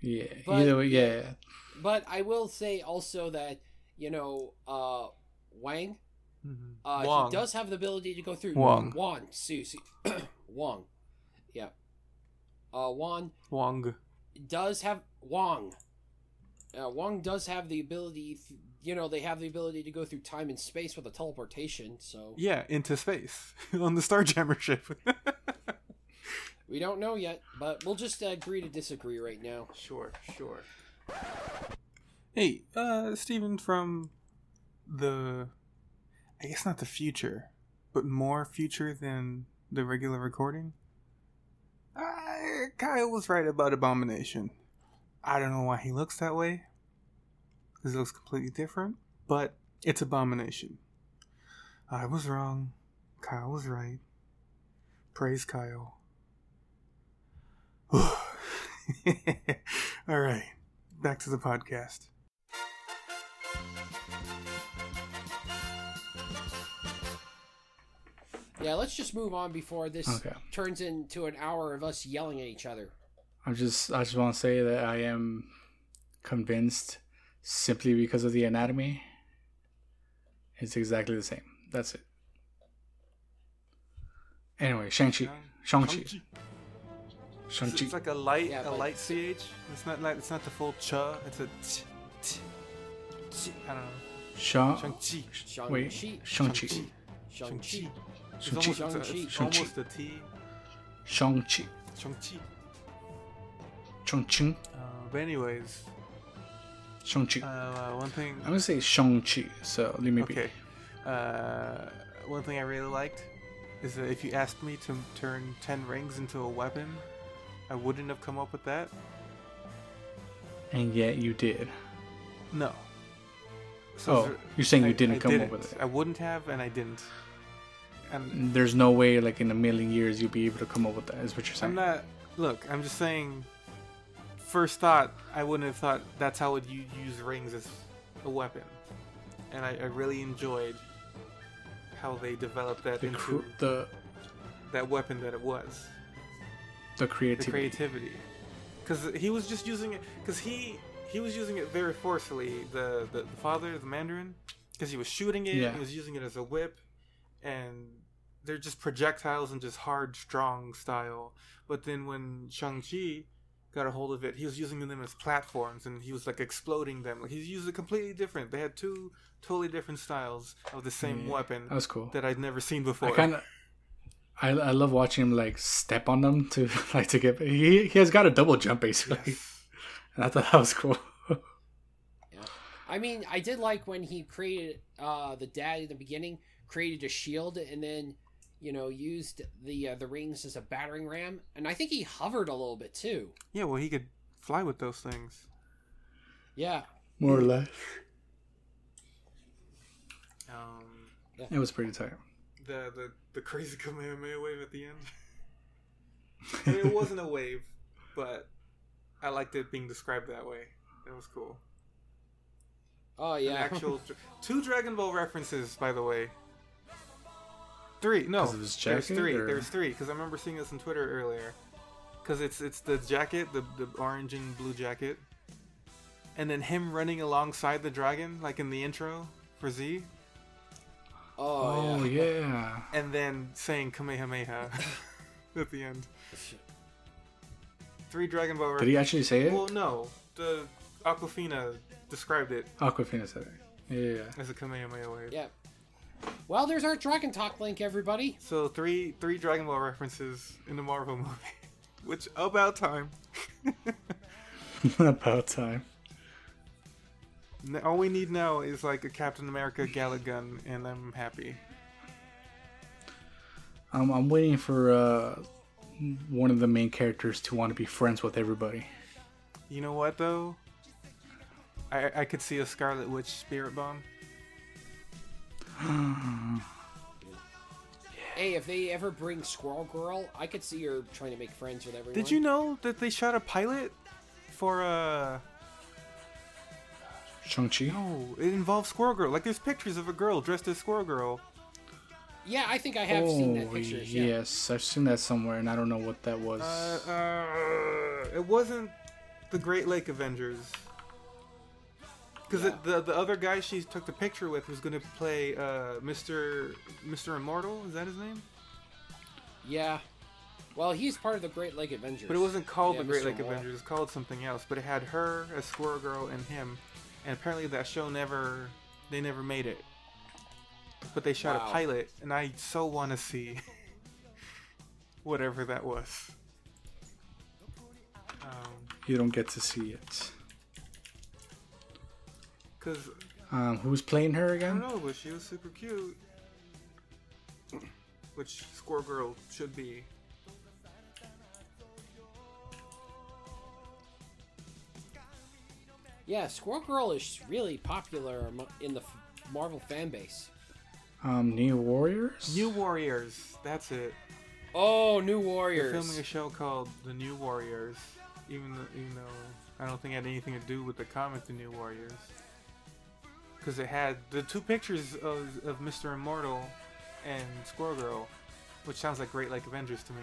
B: Yeah.
C: But-
B: Either way, yeah.
C: But I will say also that, you know, uh, Wang, uh,
A: Wong.
C: he does have the ability to go through.
A: Wong.
C: Wong, Susie. Wong. Yeah. Uh, Wong
A: Wong.
C: does have Wong. Uh, Wong does have the ability, you know, they have the ability to go through time and space with a teleportation. So
A: Yeah, into space on the Starjammer ship.
C: we don't know yet, but we'll just uh, agree to disagree right now.
A: sure, sure. Hey, uh, Steven from the, I guess not the future, but more future than the regular recording. Uh, Kyle was right about Abomination. I don't know why he looks that way, because he looks completely different, but it's Abomination. I was wrong. Kyle was right. Praise Kyle. All right, back to the podcast.
C: Yeah, let's just move on before this
B: Okay.
C: turns into an hour of us yelling at each other.
B: I'm just I just want to say that I am convinced simply because of the anatomy. It's exactly the same. That's it. Anyway, Shang-Chi. Shang-Chi.
A: Um, It's,
B: Shang-Chi.
A: like a light,
C: Yeah,
A: a
C: but-
A: light ch. It's not like it's not the full ch. It's a t. t, t I don't know.
B: Shang-
A: Shang-Chi.
C: Shang
B: Wait.
C: Chi.
B: Oh. Shang-Chi.
C: Shang Chi.
A: It's almost, it's a- it's
C: Shang-Chi.
A: almost a T.
B: Shang-Chi.
A: Shang-Chi.
B: Shang-Chi.
A: Uh, but anyways,
B: Shang-Chi.
A: uh, uh, one thing.
B: I'm going to say Shang-Chi, so let me
A: Okay. Uh, one thing I really liked is that if you asked me to turn ten rings into a weapon, I wouldn't have come up with that.
B: be. And yet you did.
A: No.
B: Oh,
A: there-
B: you're saying you
A: I-
B: didn't
A: I
B: come up with it. Mm.
A: I wouldn't have, and I didn't. And
B: There's no way, like, in a million years you'll be able to come up with that, is what you're saying.
A: I'm not. Look, I'm just saying. First thought, I wouldn't have thought that's how would you use rings as a weapon, and I, I really enjoyed how they developed that
B: the,
A: into
B: cr- the,
A: that weapon that it was.
B: the
A: the
B: creativity.
A: creativity because he was just using it because he he was using it very forcefully the the, the father the mandarin because he was shooting it
B: Yeah.
A: he was using it as a whip and they're just projectiles and just hard strong style but then when shang-chi got a hold of it he was using them as platforms and he was like exploding them like he used it completely different they had two totally different styles of the same
B: Yeah.
A: weapon
B: that was cool.
A: that i'd never seen
B: I
A: before
B: kind of, I, I love watching him like step on them to like to get. He he has got a double jump basically,
A: Yes.
B: and I thought that was cool.
C: I mean, I did like when he created uh, the dad in the beginning, created a shield, and then you know used the uh, the rings as a battering ram, and I think he hovered a little bit too.
A: yeah well he could fly with those things
C: Yeah,
B: More or less,
A: um
B: it was pretty tight.
A: the the, the crazy Kamehameha wave at the end. I mean, it wasn't a wave, but I liked it being described that way. It was cool.
C: Oh
A: An
C: yeah.
A: actual dra- two Dragon Ball references, by the way. Three? No,
B: 'Cause of his
A: there's
B: jacket,
A: three.
B: or-
A: There's three because I remember seeing this on Twitter earlier. Because it's it's the jacket, the the orange and blue jacket, and then him running alongside the dragon, like in the intro for Z,
C: oh,
B: Oh,
C: yeah.
B: yeah.
A: and then saying Kamehameha at the end. Three Dragon Ball
B: Did
A: references.
B: he actually say it?
A: Well, no, the Aquafina described it
B: Aquafina said it. Yeah, yeah.
A: as a Kamehameha wave.
C: Yeah. Well, there's our Dragon Talk link, everybody.
A: So three three Dragon Ball references in the Marvel movie, which about time.
B: yeah. About time.
A: N- All we need now is like a Captain America Gallic gun, and I'm happy.
B: I'm, I'm waiting for uh, one of the main characters to want to be friends with everybody.
A: You know what though? I I could see a Scarlet Witch spirit bomb.
C: Hey, if they ever bring Squirrel Girl, I could see her trying to make friends with everyone.
A: Did you know that they shot a pilot for uh
B: Shang-Chi?
A: no, it involves Squirrel Girl. Like there's pictures of a girl dressed as Squirrel Girl.
C: Yeah, I think I have seen that picture. Yeah.
B: yes. I've seen that somewhere, and I don't know what that was.
A: Uh, uh it wasn't the Great Lake Avengers. Because
C: Yeah.
A: the the other guy she took the picture with was going to play uh, Mr. Mr. Immortal. Is that his name?
C: Yeah. Well, he's part of the Great Lake Avengers.
A: But it wasn't called
C: Yeah,
A: the Great
C: Mr.
A: Lake
C: Immortal.
A: Avengers. It was called something else. But it had her as Squirrel Girl and him. And apparently that show never they never made it. But they shot
C: Wow.
A: a pilot, and I so want to see whatever that was. Um,
B: you don't get to see it.
A: 'cause
B: Um, who's playing her
A: I don't
B: again?
A: know, but she was super cute. Which Squirrel Girl should be.
C: Yeah, Squirrel Girl is really popular amo- in the f- Marvel fan base.
B: Um, New Warriors?
A: New Warriors. That's it.
C: Oh, New
A: They're
C: Warriors.
A: filming a show called The New Warriors. Even though, even though I don't think it had anything to do with the comic The New Warriors. Because it had the two pictures of, of Mr. Immortal and Squirrel Girl, which sounds like Great Like Avengers to me.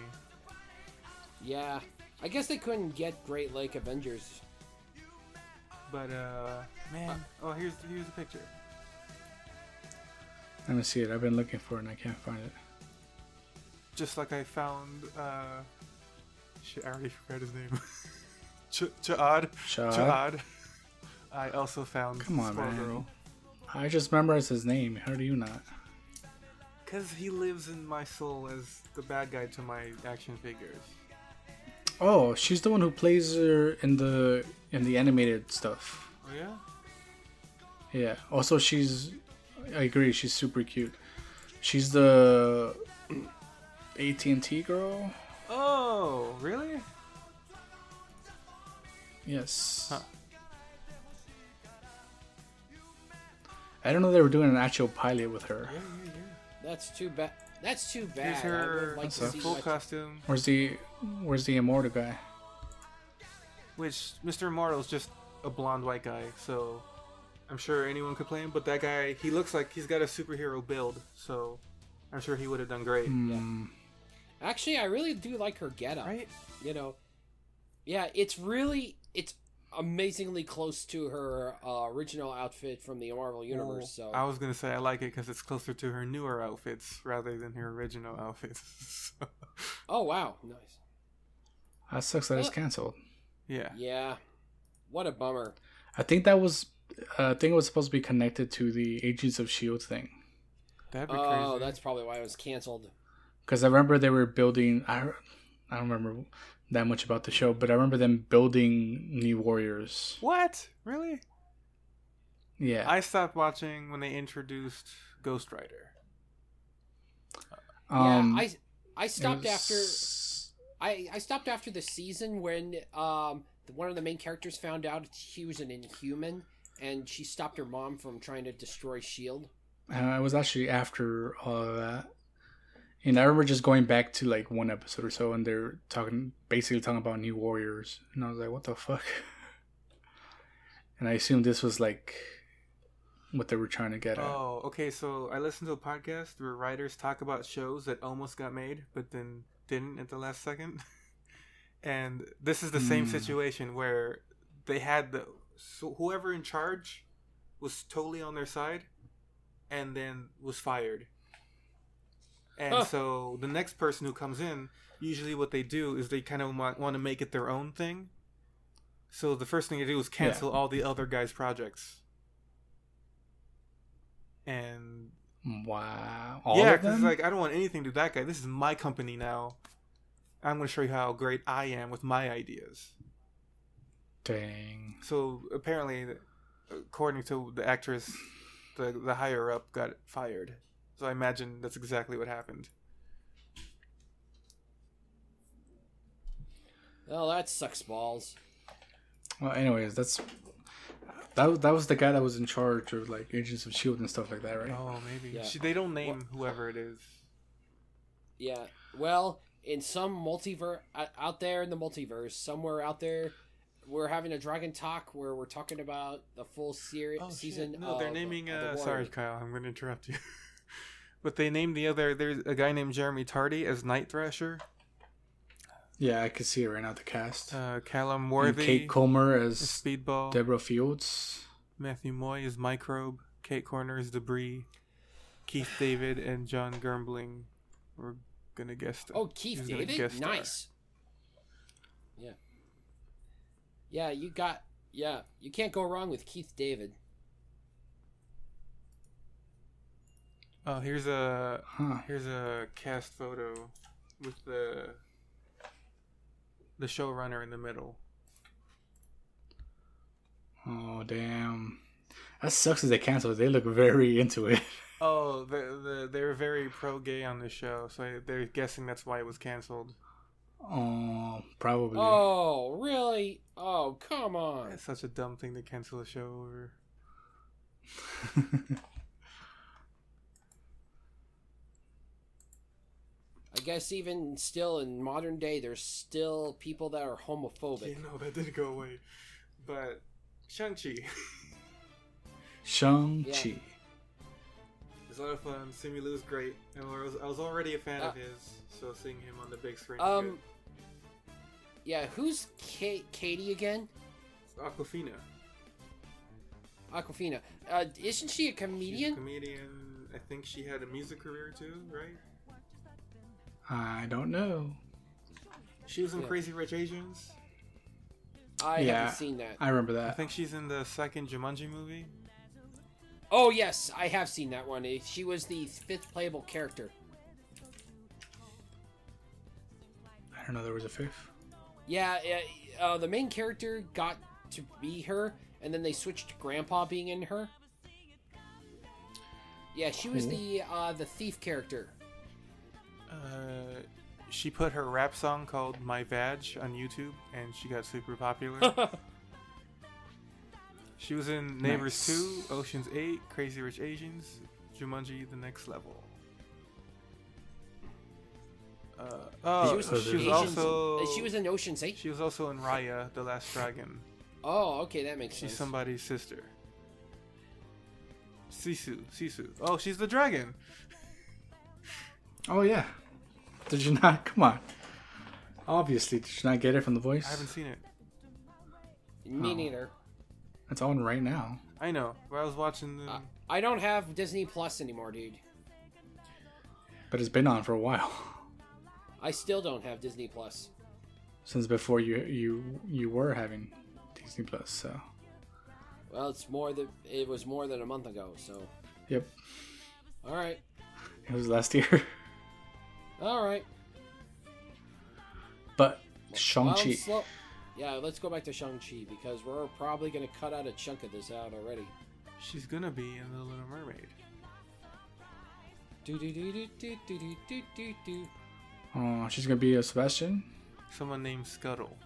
C: yeah. I guess they couldn't get Great Lake Avengers.
A: But, uh, man. Oh, here's, here's the picture.
B: Let me see it. I've been looking for it, and I can't find it.
A: just like I found. Uh, shit, I already forgot his name. Ch- Chad.
B: Chad?
A: Chad. I also found
B: Come on,
A: Squirrel
B: man.
A: Girl
B: I just memorized his name. How do you not?
A: because he lives in my soul as the bad guy to my action figures.
B: Oh, she's the one who plays her in the in the animated stuff.
A: Oh yeah.
B: Yeah. Also, she's. I agree. She's super cute. She's the AT and T girl.
A: Oh really?
B: Yes.
A: Huh.
B: I don't know they were doing an actual pilot with her.
A: Yeah, yeah, yeah.
C: That's too bad. That's too bad.
A: Here's
C: I
A: her
C: would like to
B: That's
C: see
A: full
C: what-
A: costume,
B: Where's the Where's the immortal guy?
A: which Mr. Immortal's just a blonde white guy, so I'm sure anyone could play him. But that guy, he looks like he's got a superhero build, so I'm sure he would have done great.
B: Hmm.
C: Actually, I really do like her getup.
A: Right?
C: You know, yeah, it's really it's amazingly close to her uh, original outfit from the Marvel universe. So
A: I was gonna say I like it because it's closer to her newer outfits rather than her original outfits. So,
C: oh wow, nice.
B: That sucks. That it's canceled.
A: yeah.
C: Yeah, what a bummer.
B: I think that was. Uh, I think it was supposed to be connected to the Agents of Shield E thing.
A: that'd be
C: Oh,
A: crazy.
C: that's probably why it was canceled.
B: because I remember they were building. I I don't remember that much about the show, but I remember them building New Warriors.
A: What? Really?
B: Yeah,
A: I stopped watching when they introduced Ghost Rider.
B: um,
C: yeah, I I stopped
B: it
C: after
B: was-
C: I I stopped after the season when um the, one of the main characters found out he was an Inhuman and she stopped her mom from trying to destroy Shield.
B: Uh, it was actually after all of that, and I remember just going back to like one episode or so, and they're talking basically talking about New Warriors, and I was like, what the fuck? And I assumed this was like what they were trying to get at.
A: Oh, okay. So I listened to a podcast where writers talk about shows that almost got made but then didn't at the last second. and this is the same
B: Hmm.
A: situation where they had the so whoever in charge was totally on their side and then was fired. And
C: Huh.
A: so the next person who comes in, usually what they do is they kind of want to make it their own thing. So the first thing they do is cancel all the other guys' projects. And
B: Wow. All
A: yeah,
B: of
A: because
B: them?
A: like I don't want anything to do with that guy. This is my company now. I'm going to show you how great I am with my ideas.
B: Dang.
A: So apparently, according to the actress, the the higher up got fired. So I imagine that's exactly what happened.
C: Well, Oh, that sucks balls.
B: Well, anyways, that's that. was- That was the guy that was in charge of like Agents of Shield E and stuff like that, right?
A: Oh, maybe
C: Yeah.
A: she, they don't name whoever it is.
C: Yeah. Well, in some multiverse out there in the multiverse, somewhere out there, we're having a dragon talk where we're talking about the full series
A: Oh, shit.
C: season.
A: No, they're
C: of-
A: naming.
C: of the
A: Uh,
C: Warriors.
A: sorry, Kyle, I'm going to interrupt you. but they named the other. There's a guy named Jeremy Tardy as Night Thrasher.
B: Yeah, I could see it right now. The cast.
A: Uh, Callum
B: and
A: Worthy
B: Kate Comer as
A: is Speedball.
B: Deborah Fields.
A: Matthew Moy is Microbe. Kate Corner is Debris. Keith David and John Germbling. We're gonna guess. that.
C: Oh, Keith
A: He's gonna guest
C: David,
A: star.
C: nice. Yeah. Yeah, you got. Yeah, you can't go wrong with Keith David.
A: Oh, here's a
B: Huh.
A: here's a cast photo with the the showrunner in the middle.
B: Oh damn. That sucks that they canceled. They look very into it.
A: Oh, the, the, they're very pro gay on this show, so they're guessing that's why it was canceled.
B: Oh, probably.
C: Oh, really? Oh, come on.
A: It's such a dumb thing to cancel a show over.
C: I guess even still in modern day, there's still people that are homophobic.
A: Yeah, no, that didn't go away. But Shang Chi
B: Shang
C: Yeah.
B: Chi.
A: was a lot of fun. Simu Liu's great, and I was, I was already a fan of
C: Uh,
A: his, so seeing him on the big screen. was
C: Um, yeah, who's Ka- Katie again?
A: good. Aquafina,
C: Aquafina. Uh, isn't she a
A: she's a
C: comedian?
A: comedian. I think she had a music career too, right?
B: I don't know.
A: She was in
C: Yeah.
A: Crazy Rich Asians.
C: I
B: Yeah.
C: haven't seen that.
B: I remember
A: I
B: that.
A: think she's in the second Jumanji movie.
C: Oh, yes, I have seen that one. Eh, She was the fifth playable character.
B: I don't know. There was a fifth.
C: Yeah, eh, uh, the main character got to be her, and then they switched to Grandpa being in her. Yeah, she was
B: Cool.
C: the uh, the thief character.
A: Uh, she put her rap song called "My Vag" on YouTube, and she got super popular. she was in Neighbors
B: Nice.
A: 2, Ocean's 8, Crazy Rich Asians, Jumanji: The Next Level. Uh, oh,
C: she was, in
A: she was
C: Ocean's-
A: also
C: eh, she was in Ocean's Eight.
A: she was also in Raya: The Last Dragon.
C: Oh, okay, that makes
A: She's
C: sense.
A: somebody's sister. Sisu, Sisu. Oh, she's the dragon.
B: Oh yeah. Did you not? Come on. Obviously, did you not get it from the voice?
A: I haven't seen it.
C: Me
B: Oh.
C: neither.
B: It's on right now.
A: I know. But I was watching the.
C: Uh, I don't have Disney Plus anymore, dude.
B: But it's been on for a while
C: I still don't have Disney Plus.
B: since before you you you were having Disney Plus. So
C: Well, it's more than it was more than a month ago. So,
B: yep,
C: all right,
B: it was last year.
C: all right.
B: But
C: Well,
B: Shang Chi.
C: slow- Yeah, let's go back to Shang Chi because we're probably going to cut out a chunk of this out already.
A: She's gonna be in The Little Mermaid.
C: Do do do do do do do do do do.
B: Oh, she's gonna be a Sebastian.
A: Someone named Scuttle.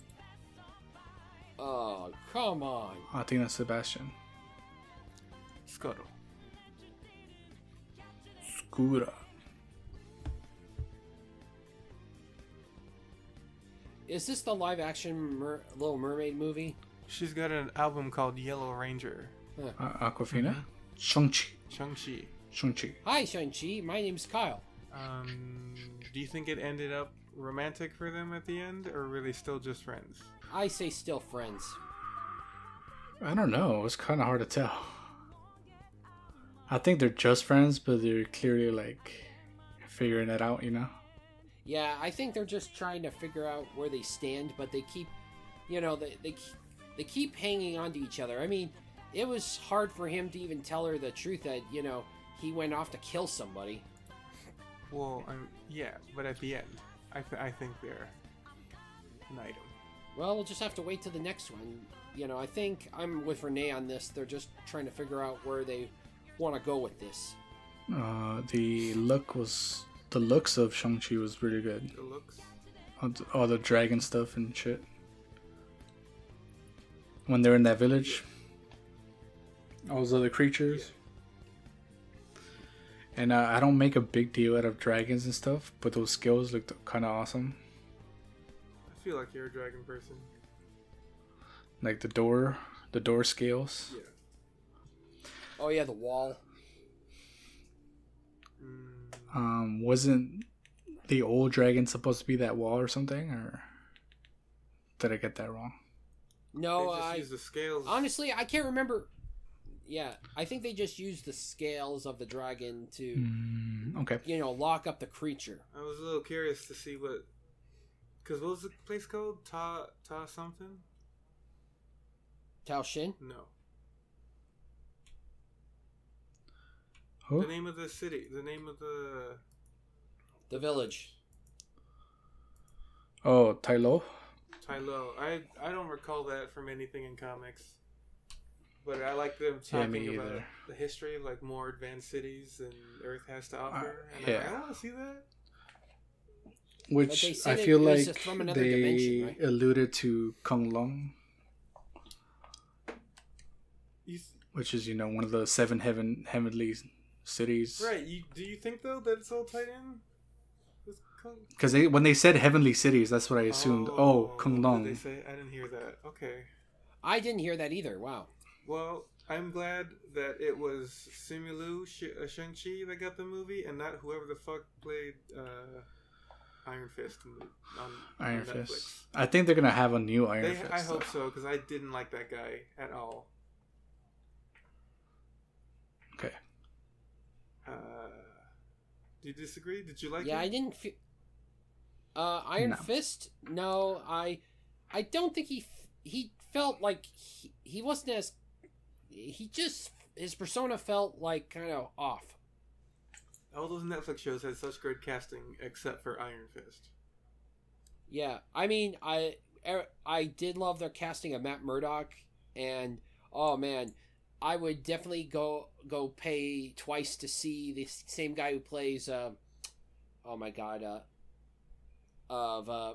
C: Oh, come on.
B: I think that's Sebastian.
A: Scuttle.
B: Scura.
C: Is this the live action Mer- Little Mermaid movie?
A: She's got an album called Yellow Ranger.
B: Uh, Aquafina. Shang-Chi.
A: Shang-Chi.
B: Shang-Chi.
C: Hi, Shang-Chi. My name's Kyle.
A: Um, do you think it ended up romantic for them at the end, or were they still just friends?
C: I say still friends.
B: I don't know. It's kind of hard to tell. I think they're just friends, but they're clearly like figuring it out, you know?
C: Yeah, I think they're just trying to figure out where they stand, but they keep, you know, they they, keep- they keep hanging on to each other. I mean, it was hard for him to even tell her the truth that you know he went off to kill somebody.
A: Well, um, yeah, but at the end, I, th- I think they're an item.
C: Well, we'll just have to wait to the next one. You know, I think I'm with Renee on this. They're just trying to figure out where they want to go with this.
B: Uh, the look was. The looks of Shang-Chi was really good.
A: The looks.
B: All the- All the dragon stuff and shit. When they're in that village, all those other creatures. And uh, I don't make a big deal out of dragons and stuff, but those skills looked kind of awesome.
A: I feel like you're a dragon person.
B: Like the door, the door scales.
A: Yeah.
C: Oh yeah, the wall.
A: Mm,
B: Um, wasn't the old dragon supposed to be that wall or something? Or did I get that wrong?
C: No,
A: they just
C: Oh, I
A: use the scales.
C: honestly I can't remember. Yeah, I think they just used the scales of the dragon to
B: Mm, okay.
C: you know lock up the creature.
A: I was a little curious to see what, because what was the place called? Ta Ta something?
C: Tao Shin.
A: No,
B: Who?
A: the name of the city, the name of the
C: The village.
B: Oh, Tylo.
A: Tylo. I I don't recall that from anything in comics, but I like them
B: Yeah,
A: talking
B: me
A: about
B: either.
A: the history of like more advanced cities than Earth has to offer. and
B: Uh, yeah.
A: I'm like, I want to see that.
C: But they
B: Which I
C: said it-
B: feel
C: it was
B: like
C: just from another
B: they
C: dimension, right?
B: alluded to Kung Long,
A: You th-
B: which is you know one of the seven heaven heavenly cities.
A: right? You, do you think though that it's all tied in? with Kung-
B: Because they when they said heavenly cities, that's what I assumed. Oh, Kung
A: did
B: Long.
A: They say I didn't hear that. Okay.
C: I didn't hear that either. Wow.
A: Well, I'm glad that it was Simu Sh- uh, Shang-Chi that got the movie and not whoever the fuck played uh, Iron Fist in the- on,
B: Iron
A: on Netflix.
B: Fist. I think they're gonna have a new Iron
A: They,
B: Fist.
A: I hope
B: though.
A: so because I didn't like that guy at all.
B: Okay.
A: Uh, do you disagree? Did you like
C: yeah,
A: it?
C: I didn't. Fe- uh, Iron
B: No.
C: Fist. No, I, I don't think he f- he felt like he, he wasn't as he just his persona felt like kind of off.
A: All those Netflix shows had such great casting except for Iron Fist.
C: Yeah, I mean, I er- I did love their casting of Matt Murdock, and oh man, I would definitely go go pay twice to see the s- same guy who plays. Uh, oh my god, uh, of uh,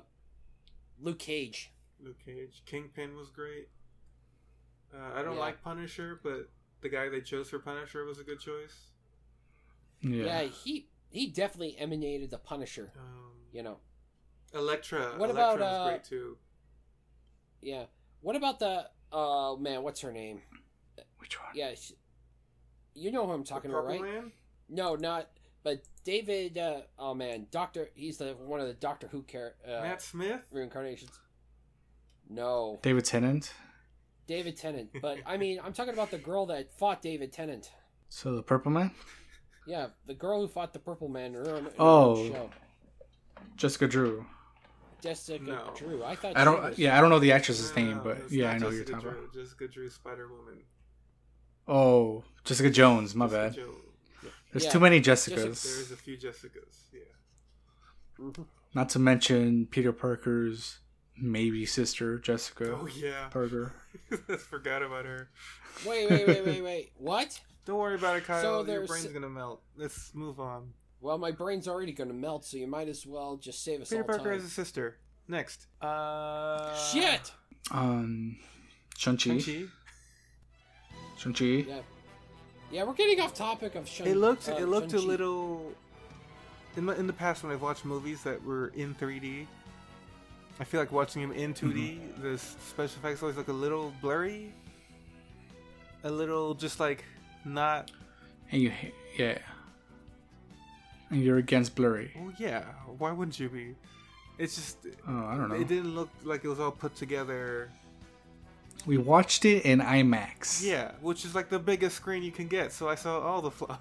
C: Luke Cage.
A: Luke Cage. Kingpin was great. Uh, I don't
C: Yeah.
A: like Punisher, but the guy they chose for Punisher was a good choice.
C: Yeah.
B: Yeah.
C: he he definitely emanated the Punisher.
A: Um,
C: You know,
A: Electra.
C: What
A: Electra
C: about,
A: was
C: uh,
A: great too.
C: yeah. What about the? Oh man, what's her name?
B: Which one?
C: Yeah, sh you know who I'm talking about, right?
A: Purple Man?
C: No, not. But David. Uh, oh man, Doctor. He's the one of the Doctor Who char- uh,
A: Matt Smith.
C: reincarnations. No,
B: David Tennant.
C: David Tennant. But I mean, I'm talking about the girl that fought David Tennant.
B: So the Purple Man,
C: Yeah, the girl who fought the Purple Man. in her own- in her own
B: Oh.
C: show.
B: Jessica Drew.
C: Jessica
A: No.
C: Drew. I thought.
B: I
C: She
B: don't.
C: was,
B: Yeah, I don't know the actress's
A: No,
B: name, but
A: it's
B: yeah,
A: not
B: I know who you're
A: Jessica
B: talking
A: Drew,
B: about.
A: Jessica Drew, Spider Woman.
B: Oh, Jessica Jones. My bad. There's
C: Yeah,
B: too many
A: There's
B: Jessicas.
A: a few Jessicas. Yeah.
C: Mhm.
B: Not to mention Peter Parker's maybe sister, Jessica
A: Oh yeah.
B: Parker.
A: I forgot about her.
C: Wait, wait, wait, wait, wait. What?
A: Don't worry about it, Kyle. Your
C: there's-
A: brain's gonna melt. Let's move on.
C: Well, my brain's already going to melt, so you might as well just save us
A: Peter
C: all
A: Parker
C: time.
A: has a sister. Next. Uh.
C: Shit!
B: Um, Shang-Chi.
A: Shang-Chi.
B: Shang-Chi.
C: Yeah. Yeah, we're getting off topic of Shun.
A: It looked
C: uh,
A: it looked a
C: Shun-Chi.
A: little in the in the past when I've watched movies that were in 3D. I feel like watching them in 2D. The s- special effects always look a little blurry, a little just like not.
B: and you ha- yeah, and you're against blurry.
A: Well, oh yeah. Why wouldn't you be? It's just
B: Oh, I don't know.
A: it didn't look like it was all put together.
B: We watched it in IMAX.
A: Yeah, which is like the biggest screen you can get. So I saw all the flaws.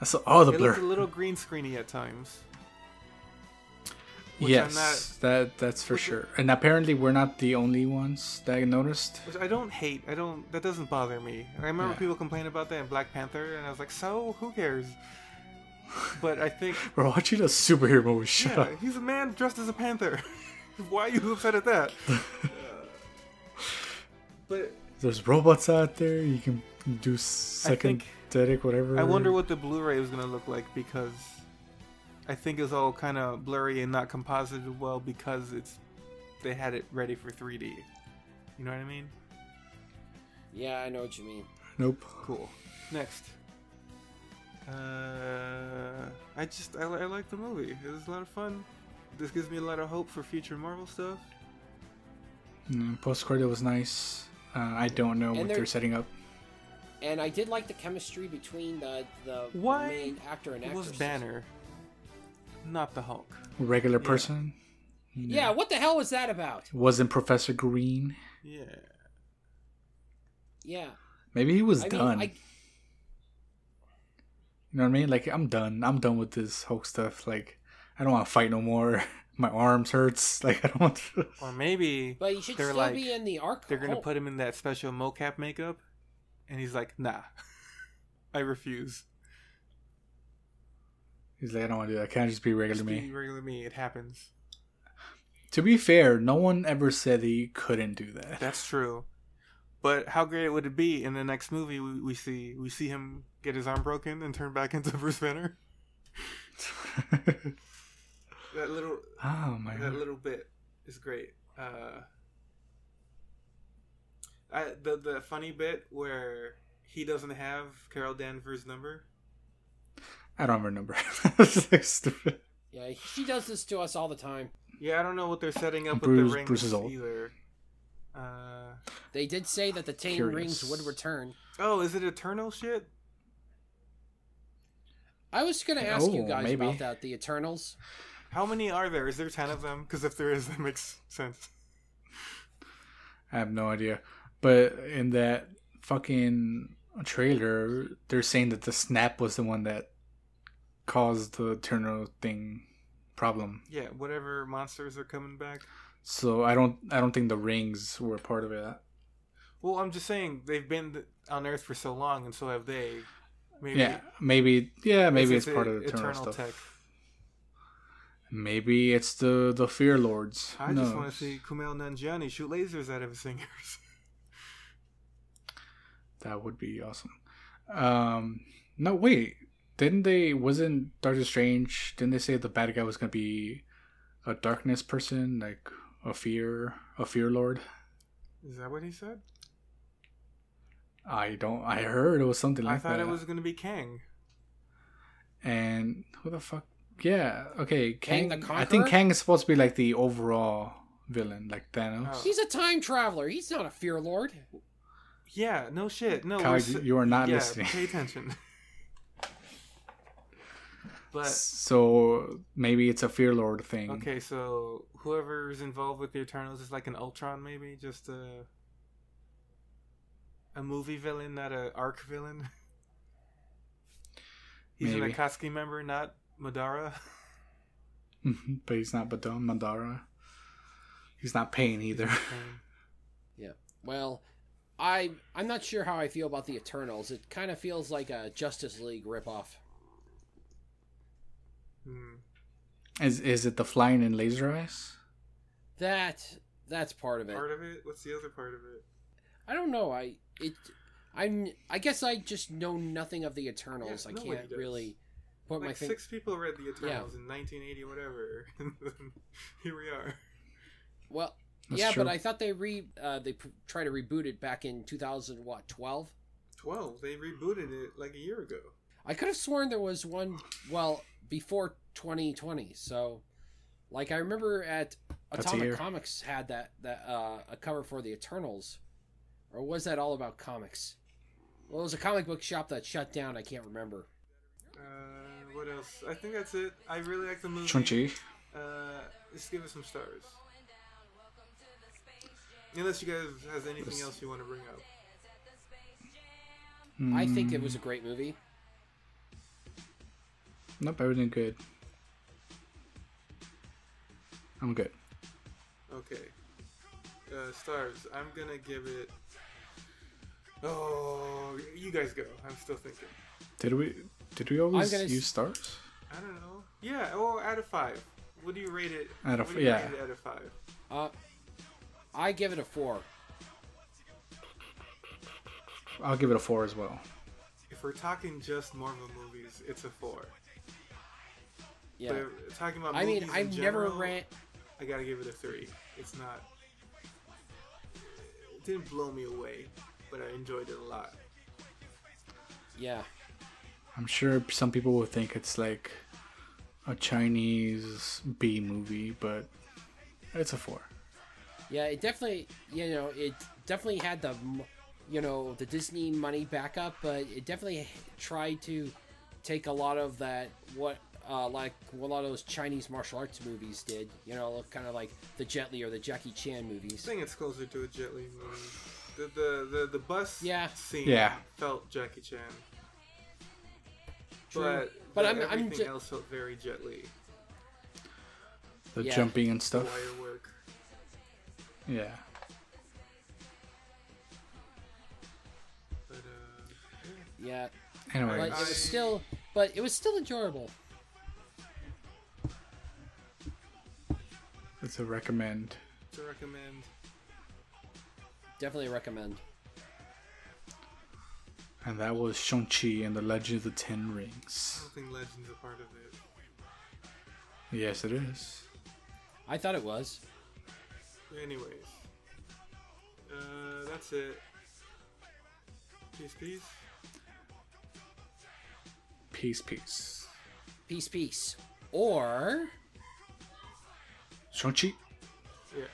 B: I saw all the
A: it
B: blur.
A: looked a little green screeny at times. which I'm
B: yes,
A: not-
B: that that's for sure. And apparently, we're not the only ones that noticed.
A: Which I don't hate. I don't. That doesn't bother me. I remember
B: Yeah.
A: people complaining about that in Black Panther, and I was like, so who cares? But I think
B: We're watching a superhero movie. Shut
A: yeah,
B: up.
A: he's a man dressed as a panther. Why are you upset at that? but
B: There's robots out there. You can do second
A: think-
B: Derek, whatever.
A: I wonder what the Blu-ray was gonna look like because I think it's all kind of blurry and not composited well because it's they had it ready for 3D. You know what I mean?
C: Yeah, I know what you mean.
B: Nope.
A: Cool. Next. Uh, I just I, li- I like the movie. It was a lot of fun. This gives me a lot of hope for future Marvel stuff.
B: Mm, Post credit was nice. Uh, I don't know
C: And
B: what
C: there-
B: they're setting up.
C: And I did like the chemistry between the the
A: Why
C: main actor and
A: It
C: actress.
A: was Banner, not the Hulk.
B: Regular
A: Yeah.
B: person.
C: Yeah, what the hell was that about?
B: Wasn't Professor Green?
A: Yeah.
C: Yeah,
B: Maybe he was
C: I mean,
B: done.
C: I,
B: You know what I mean? Like I'm done. I'm done with this Hulk stuff. Like I don't want to fight no more. My arms hurts. Like I don't want. To...
A: Or maybe
C: but you should
A: They're
C: still
A: like-
C: be in the arc.
A: they're gonna
C: Hulk.
A: put him in that special mocap makeup, and he's like, "Nah, I refuse."
B: He's like I don't want to do that. Can I just be regular
A: Just be
B: me?
A: regular me. It happens.
B: To be fair, no one ever said that you couldn't do that.
A: That's true. But how great would it be in the next movie we, we see we see him get his arm broken and turn back into Bruce Banner? That little
B: oh my
A: that
B: god.
A: little bit is great. Uh, I, the the funny bit where he doesn't have Carol Danvers' number.
B: I don't have her number. It's like stupid.
C: Yeah, she does this to us all the time.
A: Yeah, I don't know what they're setting up with
B: Bruce-
A: the rings
B: Bruce is old.
A: either. Uh,
C: They did say that the Ten
B: Curious.
C: Rings would return.
A: oh, is it Eternal shit?
C: I was gonna ask you
B: Oh,
C: guys
B: maybe.
C: about that. The Eternals.
A: How many are there? Is there ten of them? Because if there is, that makes sense.
B: I have no idea. But in that fucking trailer, they're saying that the snap was the one that caused the Turner thing problem.
A: Yeah, whatever monsters are coming back.
B: So I don't I don't think the rings were part of it.
A: Well, I'm just saying they've been on Earth for so long, and so have they. Maybe
B: Yeah, maybe yeah, maybe it's,
A: a-
B: part of the Eternal, stuff.
A: tech.
B: Maybe it's the the Fear Lords.
A: I just want to see Kumail Nanjiani shoot lasers out of his fingers.
B: that would be awesome. Um no wait, didn't they wasn't Doctor Strange didn't they say the bad guy was going to be a darkness person like a fear a fear lord?
A: Is that what he said?
B: I don't I heard it was something like
A: I thought
B: that.
A: it was going to be Kang.
B: and who the fuck yeah, okay,
C: Kang
B: Kang,
C: the
B: I think
C: Conqueror?
B: Kang is supposed to be like the overall villain like Thanos.
A: Oh.
C: He's a time traveler. He's not a fear lord.
A: Yeah, no shit. No,
B: Kyle,
A: we're
B: you-
A: s-
B: you are not
A: yeah,
B: listening.
A: Pay attention. but
B: So maybe it's a Fear Lord thing.
A: okay, so whoever's involved with the Eternals is like an Ultron, maybe just a a movie villain, not a arc villain. He's
B: Maybe.
A: an Akatsuki member, not Madara.
B: but he's not Badam Mandara. He's not paying either.
C: Well, I I'm not sure how I feel about the Eternals. It kind of feels like a Justice League ripoff.
A: Hmm.
B: Is is it the flying and laser eyes?
C: That that's part of it.
A: Part of it. What's the other part of it?
C: I don't know. I it I'm I guess I just know nothing of the Eternals.
A: Yeah,
C: I
A: nobody
C: can't
A: does.
C: really put my
A: like
C: finger.
A: six people read the Eternals in 1980, whatever. Here we are.
C: Well,
B: That's
C: yeah,
B: true.
C: but I thought they re uh, they p- try to reboot it back in 2000 what 12.
A: Twelve. They rebooted it like a year ago.
C: I could have sworn there was one well before 2020. So like I remember at
B: That's a
C: Atomic
B: year.
C: Comics had that that uh, a cover for the Eternals. Or was that all about comics? Well, it was a comic book shop that shut down. I can't remember.
A: Uh, what else? I think that's it. I really like the movie.
B: Chunchi.
A: Uh, just give it some stars. Unless you guys has anything else you want to bring up.
C: I think
B: Mm,
C: it was a great movie.
B: Nope, everything good. I'm good.
A: Okay. Uh, stars. I'm gonna give it. Oh, you guys go. I'm still thinking.
B: Did we did we always
C: gonna s-
B: use stars?
A: I don't know. Yeah. Oh, out of five. What do you rate it?
B: Out of-
A: what do you
B: yeah.
A: rate it out of five.
C: Uh, I give it a four.
B: I'll give it a four as well.
A: If we're talking just Marvel movies, it's a four.
C: Yeah.
A: But if- talking about
C: I
A: movies in
C: mean, I've never
A: general,
C: ran.
A: I gotta give it a three. It's not. It didn't blow me away, but I enjoyed it a lot.
C: Yeah.
B: I'm sure some people will think it's like a Chinese B movie, but it's a four.
C: Yeah, it definitely, you know, it definitely had the, m- you know, the Disney money backup, but it definitely tried to take a lot of that what, uh, like what a lot of those Chinese martial arts movies did. You know, kind of like the Jet Li or the Jackie Chan
A: I
C: movies.
A: think it's closer to a Jet Li movie. The the the, the bus
C: Yeah.
A: scene
B: Yeah.
A: felt Jackie Chan,
C: True.
A: but
C: But
A: but
C: I'm- I'm
A: everything
C: ju-
A: else felt very Jet Li.
B: The
C: Yeah.
B: jumping and
A: The
B: stuff.
A: wire work.
B: Yeah.
A: But uh,
C: yeah,
B: Anyway,
C: but it
A: I-
C: was still, but it was still enjoyable.
B: it's a recommend.
A: to recommend.
C: Definitely recommend.
B: And that was Shang-Chi and the Legend of the Ten
A: I
B: Rings.
A: don't think Legends a part of it.
B: Yes, it is.
C: I thought it was.
A: Anyways, uh, that's it. Peace, peace.
B: Peace, peace.
C: Peace, peace. Or
B: Shang-Chi.
A: Yeah.